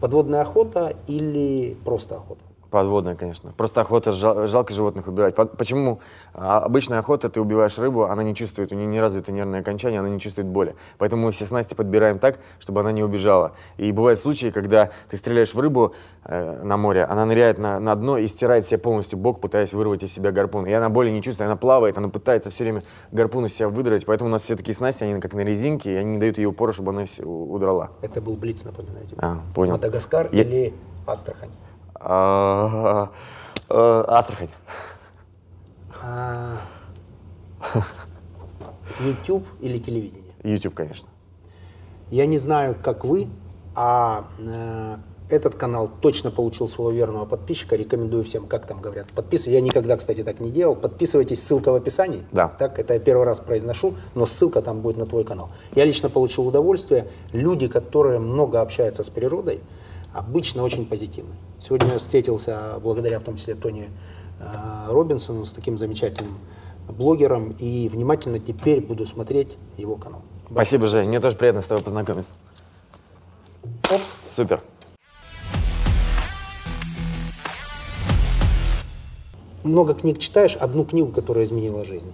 Speaker 2: Подводная охота или просто охота?
Speaker 3: Подводная, конечно. Просто охота, жал- жалко животных убирать. По- Почему? А, Обычная охота, ты убиваешь рыбу, она не чувствует, у нее не развито нервное окончание, она не чувствует боли. Поэтому мы все снасти подбираем так, чтобы она не убежала. И бывают случаи, когда ты стреляешь в рыбу э, на море, она ныряет на, на дно и стирает себе полностью бок, пытаясь вырвать из себя гарпун. И она боли не чувствует, она плавает, она пытается все время гарпун из себя выдрать. Поэтому у нас все такие снасти, они как на резинке, и они не дают ей упора, чтобы она вс- у- удрала.
Speaker 2: Это был Блиц, напоминаю тебе.
Speaker 3: А, понял.
Speaker 2: Мадагаскар
Speaker 3: Я-
Speaker 2: или Астрахань?
Speaker 3: А, э, Астрахань.
Speaker 2: А, YouTube или телевидение?
Speaker 3: YouTube, конечно.
Speaker 2: Я не знаю, как вы, а э, этот канал точно получил своего верного подписчика. Рекомендую всем, как там говорят, подписывайтесь. Я никогда, кстати, так не делал. Подписывайтесь, ссылка в описании.
Speaker 3: Да.
Speaker 2: Так, это я первый раз произношу, но ссылка там будет на твой канал. Я лично получил удовольствие. Люди, которые много общаются с природой, обычно очень позитивны. Сегодня я встретился, благодаря в том числе Тони э, Робинсону, с таким замечательным блогером, и внимательно теперь буду смотреть его канал.
Speaker 3: Спасибо, Жень. Мне тоже приятно с тобой познакомиться.
Speaker 2: Оп.
Speaker 3: Супер.
Speaker 2: много книг читаешь, одну книгу, которая изменила жизнь.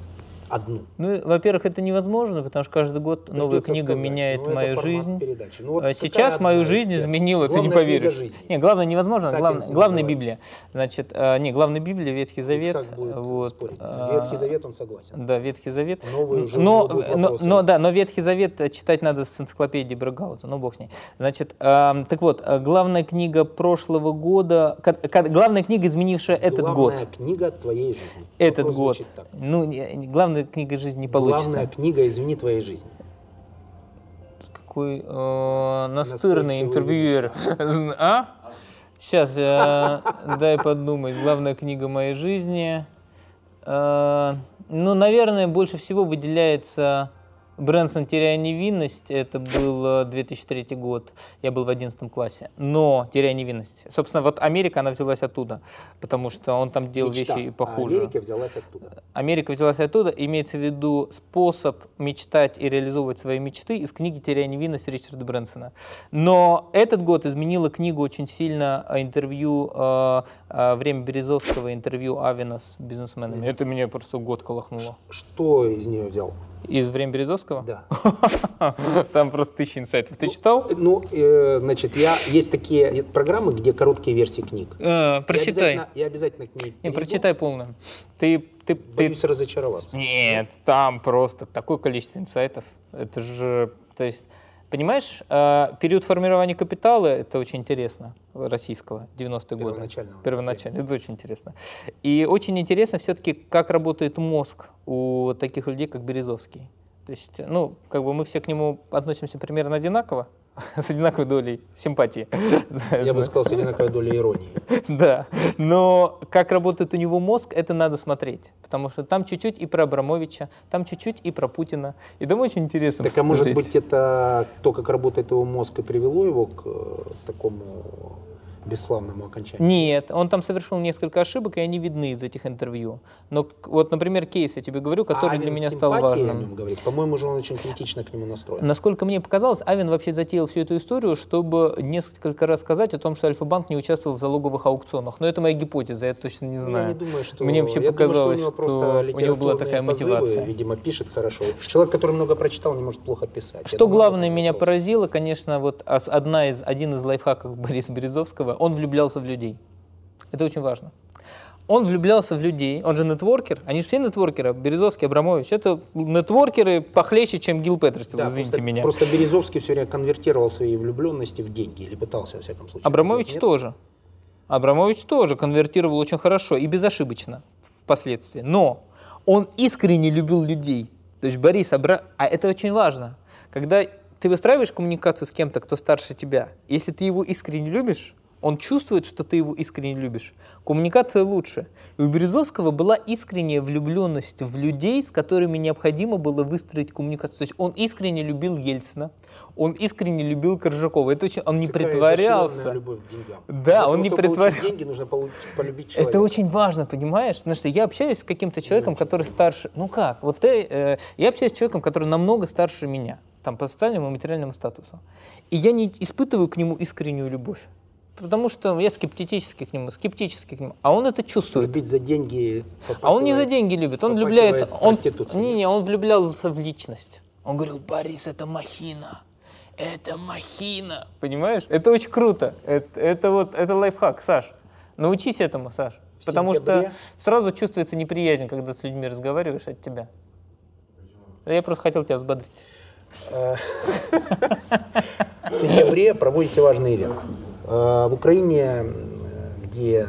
Speaker 2: Одну.
Speaker 1: Ну, во-первых, это невозможно, потому что каждый год новая
Speaker 2: Придется
Speaker 1: книга
Speaker 2: сказать.
Speaker 1: меняет
Speaker 2: Ну, это
Speaker 1: мою
Speaker 2: формат
Speaker 1: жизнь.
Speaker 2: передачи. Ну, вот
Speaker 1: А
Speaker 2: какая
Speaker 1: Сейчас
Speaker 2: одна
Speaker 1: мою
Speaker 2: из
Speaker 1: жизнь
Speaker 2: всех?
Speaker 1: изменила, ты не
Speaker 2: Главная книга
Speaker 1: поверишь.
Speaker 2: жизни.
Speaker 1: Не, главное невозможно.
Speaker 2: Сапиенс
Speaker 1: Главное, главная
Speaker 2: называется.
Speaker 1: Библия. Значит, а, не, главная Библия, Ветхий Завет.
Speaker 2: Ицхак будет
Speaker 1: вот,
Speaker 2: спорить.
Speaker 1: а,
Speaker 2: Ветхий Завет, он согласен.
Speaker 1: Да, Ветхий Завет.
Speaker 2: Новый уже
Speaker 1: но,
Speaker 2: будут
Speaker 1: но,
Speaker 2: вопросы.
Speaker 1: но, да, но Ветхий Завет э, читать надо с энциклопедии Брагауза, ну бог с ней. Значит, эм, так вот, э, главная книга прошлого года, ка- ка- главная книга, изменившая этот год.
Speaker 2: Главная книга твоей жизни.
Speaker 1: Этот
Speaker 2: Вопрос
Speaker 1: год.
Speaker 2: звучит так.
Speaker 1: Ну, не- не- главная книга жизни не получится.
Speaker 2: Главная книга «Извини твоей жизни».
Speaker 1: Какой э, настырный
Speaker 2: Настойчивый
Speaker 1: интервьюер. А? Сейчас, э, дай подумать. Главная книга моей жизни. Э, ну, наверное, больше всего выделяется Брэнсон «Теряя невинность». Это был э, 2003 год. Я был в 11 классе. Но «Теряя невинность». Собственно, вот Америка, она взялась оттуда. Потому что он там делал
Speaker 2: Мечта.
Speaker 1: вещи и
Speaker 2: А
Speaker 1: похуже.
Speaker 2: Америка взялась оттуда.
Speaker 1: Америка взялась оттуда, имеется в виду способ мечтать и реализовывать свои мечты из книги «Теряя невинность» Ричарда Брэнсона. Но этот год изменила книгу очень сильно а, интервью э, э, «Время Березовского», интервью Авина с бизнесменами. Это меня просто год колохнуло.
Speaker 2: Что из нее взял?
Speaker 1: Из «Время Березовского»? А,
Speaker 2: Да.
Speaker 1: Там просто тысяча инсайтов. Ты читал?
Speaker 2: Ну, э, значит, я есть такие программы, где короткие версии книг.
Speaker 1: Э,
Speaker 2: Я
Speaker 1: Прочитай.
Speaker 2: обязательно, я обязательно к ней
Speaker 1: Не,
Speaker 2: перейду.
Speaker 1: прочитай полную. Ты, ты, ты,
Speaker 2: Боюсь разочароваться.
Speaker 1: Нет, там просто такое количество инсайтов. Это же, то есть, понимаешь, э, период формирования капитала, это очень интересно, российского, 90-е годы.
Speaker 2: Первоначального.
Speaker 1: Первоначально, это очень интересно. И очень интересно все-таки, как работает мозг у таких людей, как Березовский. То есть, ну, как бы мы все к нему относимся примерно одинаково, с одинаковой долей симпатии.
Speaker 2: Я бы сказал, с одинаковой долей иронии.
Speaker 1: Да, но как работает у него мозг, это надо смотреть, потому что там чуть-чуть и про Абрамовича, там чуть-чуть и про Путина, и там очень интересно
Speaker 2: Так а может
Speaker 1: посмотреть.
Speaker 2: быть это то, как работает его мозг и привело его к э, такому бесславному окончанию?
Speaker 1: Нет, он там совершил несколько ошибок, и они видны из этих интервью. Но к- вот, например, кейс я тебе говорю, который
Speaker 2: А
Speaker 1: для
Speaker 2: Авен
Speaker 1: меня стал
Speaker 2: симпатии о
Speaker 1: важным. Ну,
Speaker 2: нем говорит. По-моему же он очень критично к нему настроен.
Speaker 1: Насколько мне показалось, Авен вообще затеял всю эту историю, чтобы несколько раз сказать о том, что Альфа-банк не участвовал в залоговых аукционах. Но это моя гипотеза, я точно не знаю.
Speaker 2: Ну, Я не думаю, что...
Speaker 1: Мне вообще
Speaker 2: я думаю,
Speaker 1: показалось,
Speaker 2: что у него,
Speaker 1: что у
Speaker 2: просто
Speaker 1: него была
Speaker 2: литературные
Speaker 1: такая
Speaker 2: позывы,
Speaker 1: мотивация.
Speaker 2: видимо, пишет хорошо. Человек, который много прочитал, не может плохо писать. Я
Speaker 1: Что
Speaker 2: думаю,
Speaker 1: главное
Speaker 2: это
Speaker 1: меня
Speaker 2: вопрос.
Speaker 1: поразило, конечно, вот ос- одна из, один из лайфхаков Бориса Березовского, он влюблялся в людей. Это очень важно. Он влюблялся в людей, он же нетворкер, они же все нетворкеры, Березовский, Абрамович, это нетворкеры похлеще, чем Гил Петерстил,
Speaker 2: Да,
Speaker 1: извините
Speaker 2: просто,
Speaker 1: меня.
Speaker 2: Просто Березовский все время конвертировал свои влюбленности в деньги, или пытался, во всяком случае.
Speaker 1: Абрамович
Speaker 2: Нет?
Speaker 1: тоже. Абрамович тоже конвертировал очень хорошо и безошибочно впоследствии. Но он искренне любил людей. То есть Борис Абра... А это очень важно. Когда ты выстраиваешь коммуникацию с кем-то, кто старше тебя, если ты его искренне любишь, он чувствует, что ты его искренне любишь. Коммуникация лучше. И у Березовского была искренняя влюбленность в людей, с которыми необходимо было выстроить коммуникацию. То есть он искренне любил Ельцина, он искренне любил Коржакова. Это очень... Он не
Speaker 2: Какая
Speaker 1: притворялся.
Speaker 2: изощренная любовь к деньгам.
Speaker 1: Да,
Speaker 2: Для
Speaker 1: он не
Speaker 2: того, чтобы получить
Speaker 1: притворял-
Speaker 2: деньги, нужно полу- полюбить человека.
Speaker 1: Это очень важно, понимаешь? Потому что я общаюсь с каким-то человеком, который старше. Ну как? Вот ты, э, я общаюсь с человеком, который намного старше меня, там по социальному и материальному статусу. И я не испытываю к нему искреннюю любовь. Потому что я скептически к нему, скептически к нему. А он это чувствует.
Speaker 2: Любить за деньги.
Speaker 1: А он не за деньги любит, он
Speaker 2: попахивает
Speaker 1: влюбляет, он,
Speaker 2: проституцией.
Speaker 1: не, не, он влюблялся в личность. Он говорил, Борис, это махина, это махина. Понимаешь? Это очень круто. Это, это вот, это лайфхак, Саш. Научись этому, Саш.
Speaker 2: В
Speaker 1: Потому что
Speaker 2: сентябре?
Speaker 1: сразу чувствуется неприязнь, когда с людьми разговариваешь от тебя. Я просто хотел тебя взбодрить.
Speaker 2: Э, В сентябре проводите важный ивент. Э, В Украине, м, где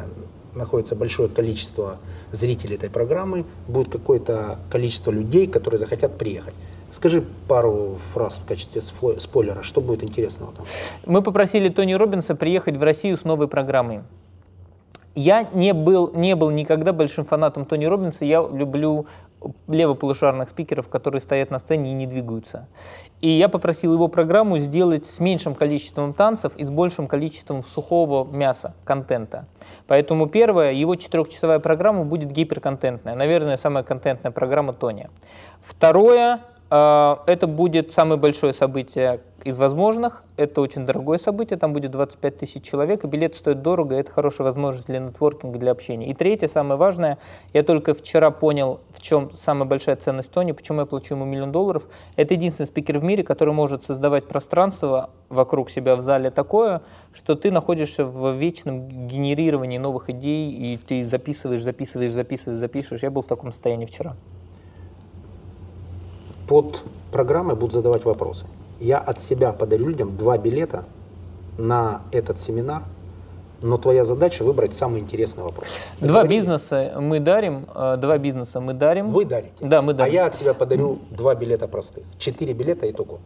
Speaker 2: находится большое количество зрителей этой программы, будет какое-то количество людей, которые захотят приехать. Скажи пару фраз в качестве сфо- спойлера, что будет интересного там.
Speaker 1: Мы попросили Тони Робинса приехать в Россию с новой программой. Я не был, не был никогда большим фанатом Тони Робинса. Я люблю левополушарных спикеров, которые стоят на сцене и не двигаются. И я попросил его программу сделать с меньшим количеством танцев и с большим количеством сухого мяса, контента. Поэтому первое, его четырехчасовая программа будет гиперконтентная. Наверное, самая контентная программа Тони. Второе, э, это будет самое большое событие из возможных. Это очень дорогое событие, там будет 25 тысяч человек, и билет стоит дорого, и это хорошая возможность для нетворкинга, для общения. И третье, самое важное, я только вчера понял, в чем самая большая ценность Тони, почему я плачу ему миллион долларов. Это единственный спикер в мире, который может создавать пространство вокруг себя в зале такое, что ты находишься в вечном генерировании новых идей, и ты записываешь, записываешь, записываешь, записываешь. Я был в таком состоянии вчера.
Speaker 2: Под программой будут задавать вопросы. Я от себя подарю людям два билета на этот семинар, но твоя задача выбрать самый интересный вопрос.
Speaker 1: Два бизнеса мы дарим, э, два бизнеса мы дарим.
Speaker 2: Вы дарите.
Speaker 1: Да, мы дарим.
Speaker 2: А я от себя подарю два билета простых. Четыре билета итого.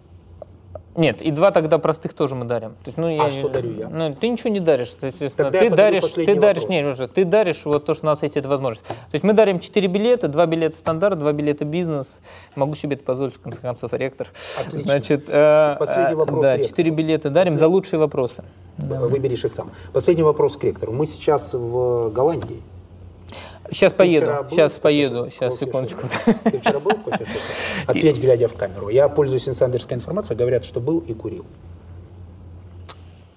Speaker 1: Нет, и два тогда простых тоже мы дарим. То есть, ну, я-
Speaker 2: А что дарю я?
Speaker 1: Ну, ты ничего не даришь, то есть, естественно.
Speaker 2: Тогда я
Speaker 1: ты
Speaker 2: подарю
Speaker 1: даришь, ты
Speaker 2: последний
Speaker 1: даришь,
Speaker 2: вопрос.
Speaker 1: не, Лёша, ты даришь вот то, что у нас есть эта возможность. То есть мы дарим четыре билета, два билета стандарт, два билета бизнес. Могу себе это позволить, в конце концов, ректор.
Speaker 2: Отлично.
Speaker 1: Значит, э,
Speaker 2: Последний
Speaker 1: э,
Speaker 2: вопрос
Speaker 1: Да,
Speaker 2: ректору.
Speaker 1: четыре билета дарим за лучшие вопросы.
Speaker 2: Выберешь их сам. Последний вопрос к ректору. Мы сейчас в Голландии.
Speaker 1: Сейчас
Speaker 2: Ты
Speaker 1: поеду,
Speaker 2: вчера был
Speaker 1: сейчас
Speaker 2: в
Speaker 1: поеду,
Speaker 2: кофешопе?
Speaker 1: сейчас,
Speaker 2: Кофешопе.
Speaker 1: секундочку.
Speaker 2: Ты вчера был в кофешопе? Ответь, глядя в камеру. Я пользуюсь инсайдерской информацией. Говорят, что был и курил.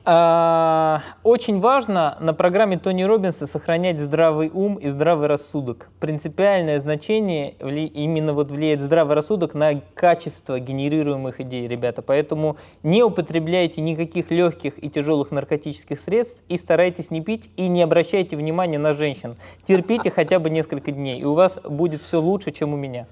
Speaker 1: А, Очень важно на программе Тони Робинса сохранять здравый ум и здравый рассудок. Принципиальное значение вли- именно вот влияет здравый рассудок на качество генерируемых идей, ребята. Поэтому не употребляйте никаких легких и тяжелых наркотических средств и старайтесь не пить и не обращайте внимания на женщин. Терпите хотя бы несколько дней, и у вас будет все лучше, чем у меня.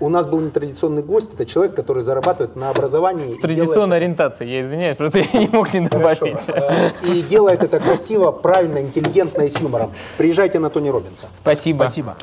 Speaker 2: У нас был нетрадиционный гость. Это человек, который зарабатывает на образовании. и
Speaker 1: Традиционная ориентация, я извиняюсь, просто я не мог не
Speaker 2: делает-
Speaker 1: добавить.
Speaker 2: Хорошо. Э, И делает это красиво, правильно, интеллигентно и с юмором. Приезжайте на Тони Робинса.
Speaker 1: Спасибо.
Speaker 2: Спасибо.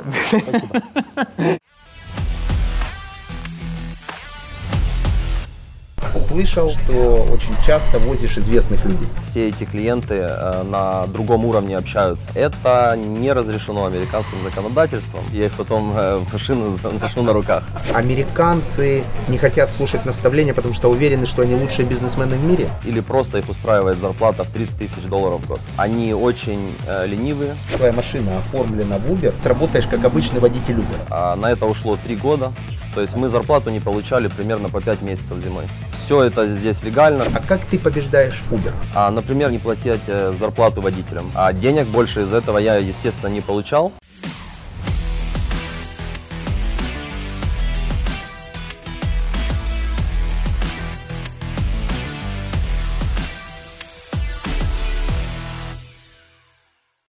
Speaker 2: Слышал, что очень часто возишь известных людей.
Speaker 4: все эти клиенты э, на другом уровне общаются. Это не разрешено американским законодательством. Я их потом э, в машину заношу на руках.
Speaker 2: Американцы не хотят слушать наставления, потому что уверены, что они лучшие бизнесмены в мире.
Speaker 4: Или просто их устраивает зарплата в 30 тысяч долларов в год. Они очень э, ленивые.
Speaker 2: Твоя машина оформлена в Uber, ты работаешь как обычный водитель Uber.
Speaker 4: А на это ушло 3 года. То есть мы зарплату не получали примерно по 5 месяцев зимой. Все это здесь легально.
Speaker 2: А как ты побеждаешь Uber?
Speaker 4: А, например, не платить э, зарплату водителям. А денег больше из этого я, естественно, не получал.